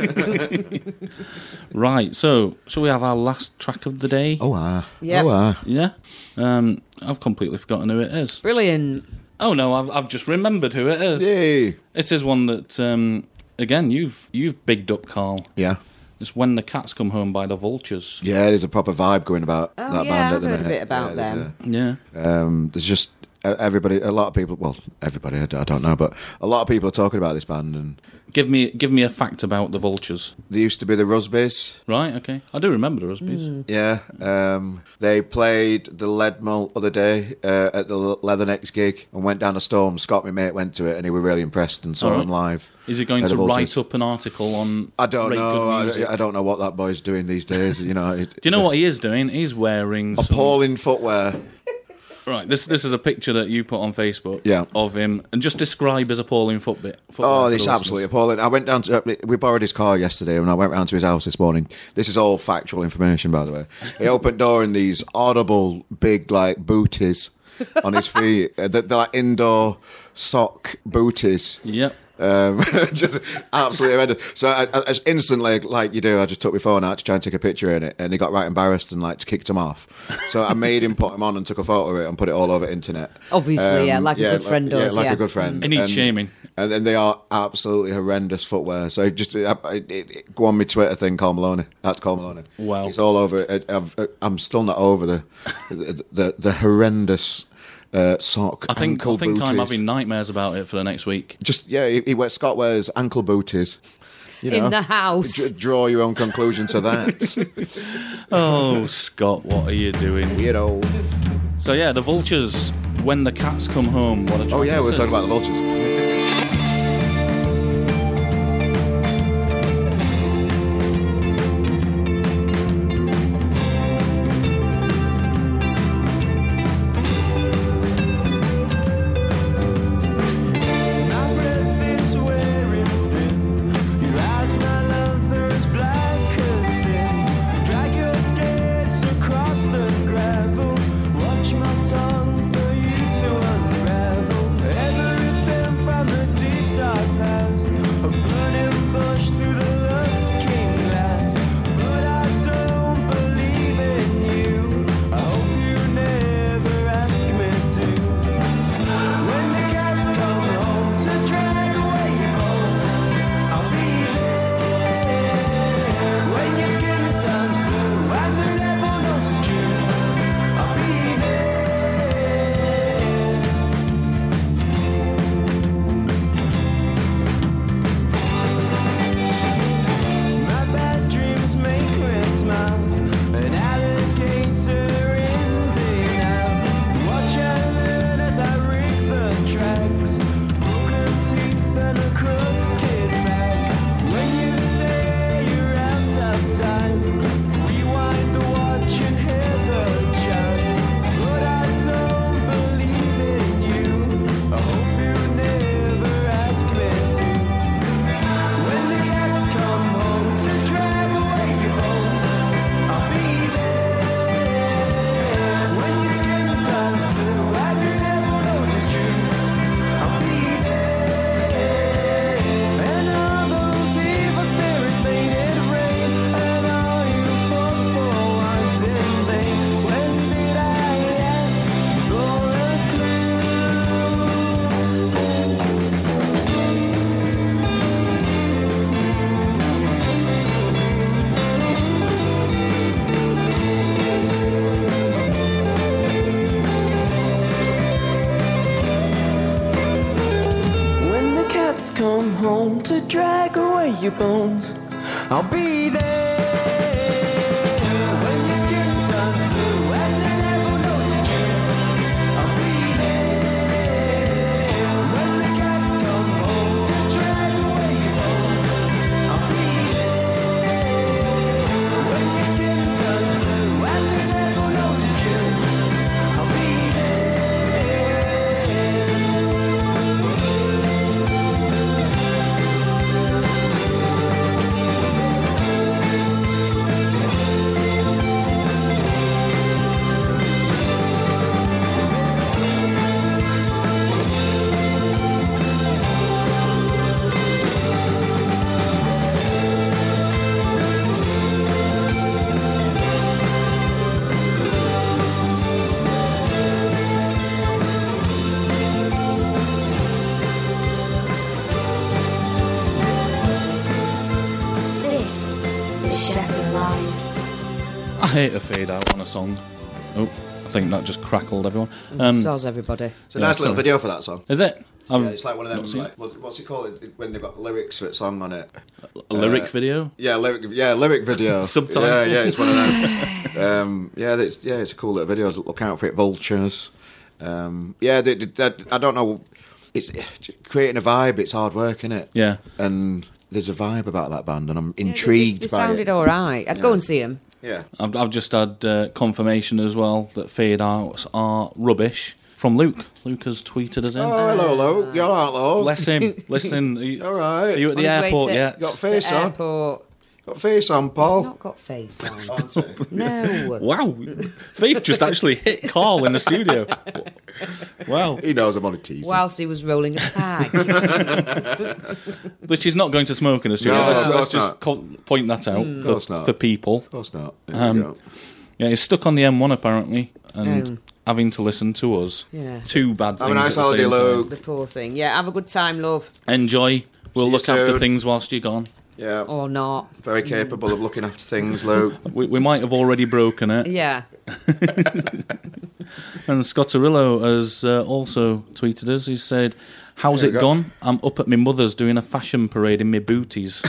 Speaker 5: <laughs>
Speaker 4: Right, so shall we have our last track of the day?
Speaker 5: Oh, ah.
Speaker 6: Yep.
Speaker 5: Oh, ah.
Speaker 4: Yeah. Um I've completely forgotten who it is.
Speaker 6: Brilliant.
Speaker 4: Oh no, I've I've just remembered who it is.
Speaker 5: Yay.
Speaker 4: It is one that um again you've you've bigged up Carl.
Speaker 5: Yeah.
Speaker 4: It's when the cats come home by the vultures.
Speaker 5: Yeah, there's a proper vibe going about
Speaker 6: Oh,
Speaker 5: that
Speaker 6: yeah,
Speaker 5: band
Speaker 6: I've
Speaker 5: at the
Speaker 6: heard a
Speaker 5: minute.
Speaker 6: bit
Speaker 5: Yeah,
Speaker 6: about
Speaker 5: there's
Speaker 6: them.
Speaker 5: a-
Speaker 4: Yeah.
Speaker 5: Um, there's just uh, everybody, a lot of people. Well, everybody, I d- I don't know, but a lot of people are talking about this band. And
Speaker 4: Give me give me a fact about the vultures.
Speaker 5: they used to be the Rusbys.
Speaker 4: Right, okay. I do remember the Rusbies.
Speaker 5: Yeah, um, they played the Lead Mill other day uh, at the Le- Leathernecks gig and went down a storm. Scott, my mate, went to it and he were really impressed and saw
Speaker 4: All right.
Speaker 5: them live.
Speaker 4: Oh, Is he going
Speaker 5: At the
Speaker 4: to write
Speaker 5: Vultures.
Speaker 4: up an article on
Speaker 5: I don't
Speaker 4: Rate
Speaker 5: know.
Speaker 4: Good
Speaker 5: I,
Speaker 4: Music?
Speaker 5: I don't know what that boy's doing these days. You know, it,
Speaker 4: <laughs> Do you know what he is doing? He's wearing some-
Speaker 5: appalling footwear.
Speaker 4: right. This this is a picture that you put on Facebook.
Speaker 5: Yeah.
Speaker 4: of him, and just describe his appalling footbit.
Speaker 5: Oh, this is absolutely appalling. I went down to uh, we borrowed his car yesterday, and I went round to his house this morning. This is all factual information, by the way. He opened door in these audible big like booties on his feet. <laughs> Uh, They're, they're like indoor sock booties.
Speaker 4: Yep.
Speaker 5: Um, <laughs> just absolutely horrendous. So I, I, I just instantly, like you do, I just took my phone out to try and take a picture in it, and he got right embarrassed and like kicked him off. So I made him put him on and took a photo of it and put it all over internet. Um,
Speaker 6: Obviously, yeah, like a good friend
Speaker 5: yeah,
Speaker 6: does,
Speaker 5: like
Speaker 6: yeah.
Speaker 5: a good friend.
Speaker 4: It needs
Speaker 5: And-
Speaker 4: shaming.
Speaker 5: And then they are absolutely horrendous footwear. So just I, I, it, it- go on my Twitter thing, Carl Maloney. That's Carl Maloney.
Speaker 4: Wow.
Speaker 5: it's all over. it. I, I've, uh, I'm still not over the the the, the horrendous. Uh, sock.
Speaker 4: I think I
Speaker 5: ankle
Speaker 4: think I'm
Speaker 5: booties
Speaker 4: having nightmares about it for the next
Speaker 5: <laughs>
Speaker 4: week.
Speaker 5: just yeah, he, he wears Scott wears ankle booties. You know,
Speaker 6: In the house.
Speaker 5: D- draw your own conclusion to
Speaker 6: <laughs>
Speaker 5: that.
Speaker 4: Oh, <laughs> Scott, what are you doing?
Speaker 5: you know.
Speaker 4: So yeah, the vultures. When the cats come home. What a
Speaker 5: Oh
Speaker 4: track
Speaker 5: yeah,
Speaker 4: this
Speaker 5: we're
Speaker 4: is.
Speaker 5: talking about
Speaker 4: <laughs>
Speaker 5: the vultures.
Speaker 3: My breath is wearing thin. Your eyes, my lovers, black as sin. Drag your skates across the gravel. Watch my tongue for you to unravel. Everything from the deep dark past. A burning bush through the looking glass. But I don't believe in you. I hope you never ask me to. When the cats come home to drag away your bones, I'll be there. When your skin turns blue and the devil knows it's true, I'll be there. My bad dreams make me smile. An alligator in the now. Watch and learn as I rig the tracks. Broken teeth and a crooked back. When you say you're out of time, rewind the watch and hear the chime. But I don't believe in you. I hope you never ask me to. When the cats come home to drive away your bones, I'll be there. When your skin turns blue and the devil knows it's true, I'll be there. And all those evil spirits made it rain, and all you fought for was in vain. When did I ask for a clue? When the cats come home to drag away your bones, I'll be there. When your skin turns blue and the devil knows it's true, I'll be there. When the cats come home to drag away your bones, I'll be there. When your skin turns blue and the devil knows it's true, I'll be there.
Speaker 4: hate a fade out on a song. Oh, I think that just crackled everyone.
Speaker 6: Um, So's everybody.
Speaker 5: It's a nice
Speaker 4: Yeah,
Speaker 5: little
Speaker 4: sorry.
Speaker 5: video for that song.
Speaker 4: Is it? I've-
Speaker 5: Yeah, Mm-hmm. it's like one of
Speaker 4: not
Speaker 5: them.
Speaker 4: seen
Speaker 5: Like, what- what's it called it- when they've got lyrics for a song on it?
Speaker 4: a lyric
Speaker 5: uh,
Speaker 4: video.
Speaker 5: Yeah, lyric. Yeah, lyric <laughs> video.
Speaker 4: Subtitle.
Speaker 5: Yeah, yeah, it's one of <laughs> them. um, yeah, it's yeah, it's a cool little video. Look out for it, vultures. Um, yeah, they, they, that- I don't know. It's creating a vibe. It's hard work, isn't it?
Speaker 4: Yeah.
Speaker 5: And there's a vibe about that band, and I'm
Speaker 6: Yeah, they-
Speaker 5: intrigued
Speaker 6: They, they
Speaker 5: by
Speaker 6: sounded
Speaker 5: it.
Speaker 6: all right. I'd go and see them.
Speaker 5: Yeah.
Speaker 4: I've, I've just had uh, confirmation as well that fade outs are rubbish from Luke. Luke has tweeted us in.
Speaker 5: Oh, hello, Luke. You're out, Luke.
Speaker 4: Bless
Speaker 5: <laughs>
Speaker 4: him. Listen, are you,
Speaker 5: All right.
Speaker 4: are you at the
Speaker 6: On his way
Speaker 4: airport
Speaker 6: to-
Speaker 4: yet?
Speaker 5: Got face Oh.
Speaker 6: to
Speaker 5: on.
Speaker 6: airport.
Speaker 5: Got face on,
Speaker 6: He's
Speaker 5: Paul.
Speaker 6: not got face on.
Speaker 5: Aren't you?
Speaker 6: no.
Speaker 4: Wow, Faith just actually hit Carl in the studio. Wow,
Speaker 5: <laughs> He knows I'm on a teaser.
Speaker 6: Whilst he was rolling
Speaker 5: <laughs>
Speaker 6: a fag.
Speaker 4: but she's not going to smoke in the studio.
Speaker 5: No,
Speaker 4: let's
Speaker 5: of course
Speaker 4: let's just
Speaker 5: not.
Speaker 4: co- point that out
Speaker 5: course
Speaker 4: for,
Speaker 5: not.
Speaker 4: for people.
Speaker 5: Of course not. There
Speaker 4: Um,
Speaker 5: you go.
Speaker 4: Yeah, he's stuck on the M1 apparently, and
Speaker 6: Um.
Speaker 4: having to listen to us.
Speaker 6: Yeah.
Speaker 4: Two bad things.
Speaker 5: Have a nice
Speaker 4: at the
Speaker 5: holiday,
Speaker 4: same time.
Speaker 5: Luke.
Speaker 6: the poor thing. Yeah, have a good time, love.
Speaker 4: Enjoy. We'll
Speaker 5: See you
Speaker 4: look after
Speaker 5: soon.
Speaker 4: things whilst you're gone.
Speaker 5: Yeah.
Speaker 4: Oh.
Speaker 6: Or not.
Speaker 5: Very capable of looking after things, Luke.
Speaker 4: We, we might have already broken it.
Speaker 6: Yeah.
Speaker 4: And Scotterillo has uh, also tweeted us. He said, "How's
Speaker 5: There
Speaker 4: it
Speaker 5: we go.
Speaker 4: gone? I'm up at my mother's doing a fashion parade in my
Speaker 5: <laughs>
Speaker 4: booties."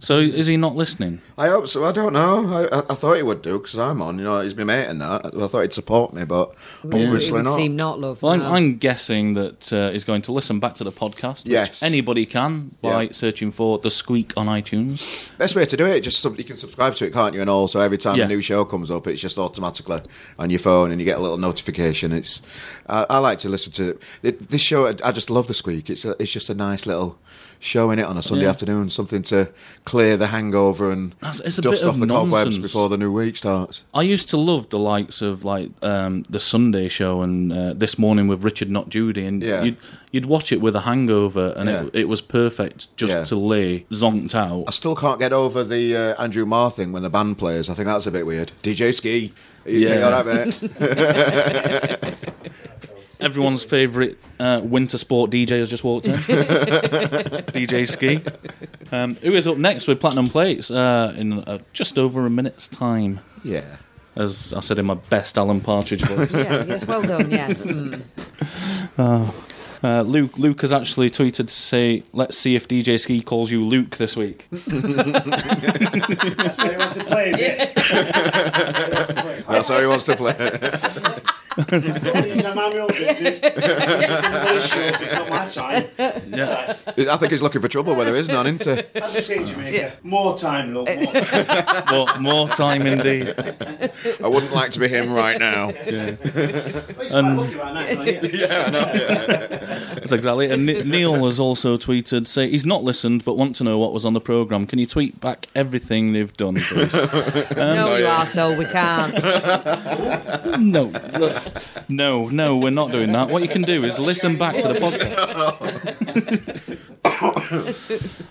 Speaker 4: so is he not listening?
Speaker 5: I hope so. I don't know. I, I, I thought he would do because I'm on. You know, he's my mate and that. I, thought he'd support me, but
Speaker 6: it
Speaker 5: obviously
Speaker 6: would
Speaker 5: not.
Speaker 6: seem not, love.
Speaker 4: Well, I'm,
Speaker 5: Um,
Speaker 6: no.
Speaker 4: I'm guessing that uh, he's going to listen back to the podcast. which
Speaker 5: Yes.
Speaker 4: anybody can by
Speaker 5: Yeah.
Speaker 4: searching for the squeak on iTunes.
Speaker 5: Best way to do it, just sub- you can subscribe to it, can't you? And also, every time
Speaker 4: Yeah.
Speaker 5: a new show comes up, it's just automatically on your phone, and you get a little notification. It's I, I like to listen to it. this show. I, I just love the squeak. It's a, it's just a nice little show in it on a Sunday
Speaker 4: Yeah.
Speaker 5: afternoon, something to clear the hangover and
Speaker 4: That's- it's a
Speaker 5: dust
Speaker 4: bit
Speaker 5: off
Speaker 4: of
Speaker 5: the cobwebs
Speaker 4: nonsense.
Speaker 5: before the new week starts.
Speaker 4: I used to love the likes of like um, the Sunday Show and uh, this morning with Richard Not Judy, and
Speaker 5: Yeah.
Speaker 4: you'd you'd watch it with a hangover, and it,
Speaker 5: Yeah.
Speaker 4: it was perfect just
Speaker 5: Yeah.
Speaker 4: to lay zonked out.
Speaker 5: I still can't get over the uh, Andrew Marr thing when the band plays. I think that's a bit weird. DJ Ski, you
Speaker 4: Yeah.
Speaker 5: yeah. all right, mate? <laughs>
Speaker 4: Everyone's favourite uh, winter sport DJ has just walked
Speaker 5: <laughs>
Speaker 4: in. DJ Ski. Um, who is up next with Platinum Plates uh, in uh, just over a minute's time?
Speaker 5: yeah.
Speaker 4: As I said in my best Alan Partridge
Speaker 6: <laughs>
Speaker 4: voice.
Speaker 6: Yeah, yes, well done,
Speaker 4: <laughs>
Speaker 6: yes.
Speaker 4: Um,
Speaker 6: Mm.
Speaker 4: uh, Luke, Luke has actually tweeted to say, let's see if DJ Ski calls you Luke this week.
Speaker 3: So he wants to play, is it?
Speaker 5: That's how he wants to play. <laughs>
Speaker 3: It's not my real business. It's not my time.
Speaker 4: yeah.
Speaker 5: I think he's looking for trouble where there is none, isn't he?
Speaker 3: I'm just saying, Jamaica. More time, love. More
Speaker 4: But more time indeed.
Speaker 5: I wouldn't like to be him right now. Yeah, I know.
Speaker 4: That's exactly. it. And Ne- Neil has also tweeted, say he's not listened but want to know what was on the programme. Can you tweet back everything they've done, please?
Speaker 6: no, you
Speaker 5: Oh, yeah.
Speaker 6: arsehole, we
Speaker 5: <laughs>
Speaker 6: can't.
Speaker 4: No, <laughs> no, no, we're not doing that. What you can do is listen back to the podcast.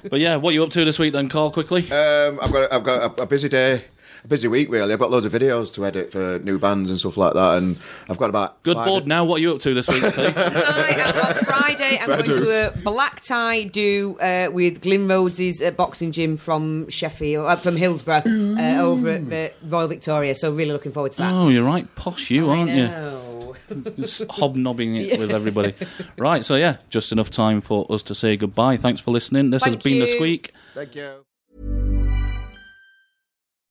Speaker 4: but yeah, what you up to this week then, Carl? Quickly.
Speaker 5: Um, I've got I've got a, a busy day, a busy week really. I've got loads of videos to edit for new bands and stuff like that, and I've got about
Speaker 4: Good
Speaker 5: five-
Speaker 4: board now. What are you up to this week? Pete?
Speaker 6: I am on Friday. I'm going to a black tie do uh, with Glyn Rhodes' uh, boxing gym from Sheffield, uh, from Hillsborough, uh, over at the Royal Victoria. So really looking forward to that.
Speaker 4: oh, you're right, posh you, aren't you?
Speaker 6: No.
Speaker 4: Just hobnobbing it with everybody. Right. So yeah, just enough time for us to say goodbye. Thanks for listening. This has
Speaker 6: Thank
Speaker 4: been the
Speaker 6: you.
Speaker 4: squeak.
Speaker 5: Thank you.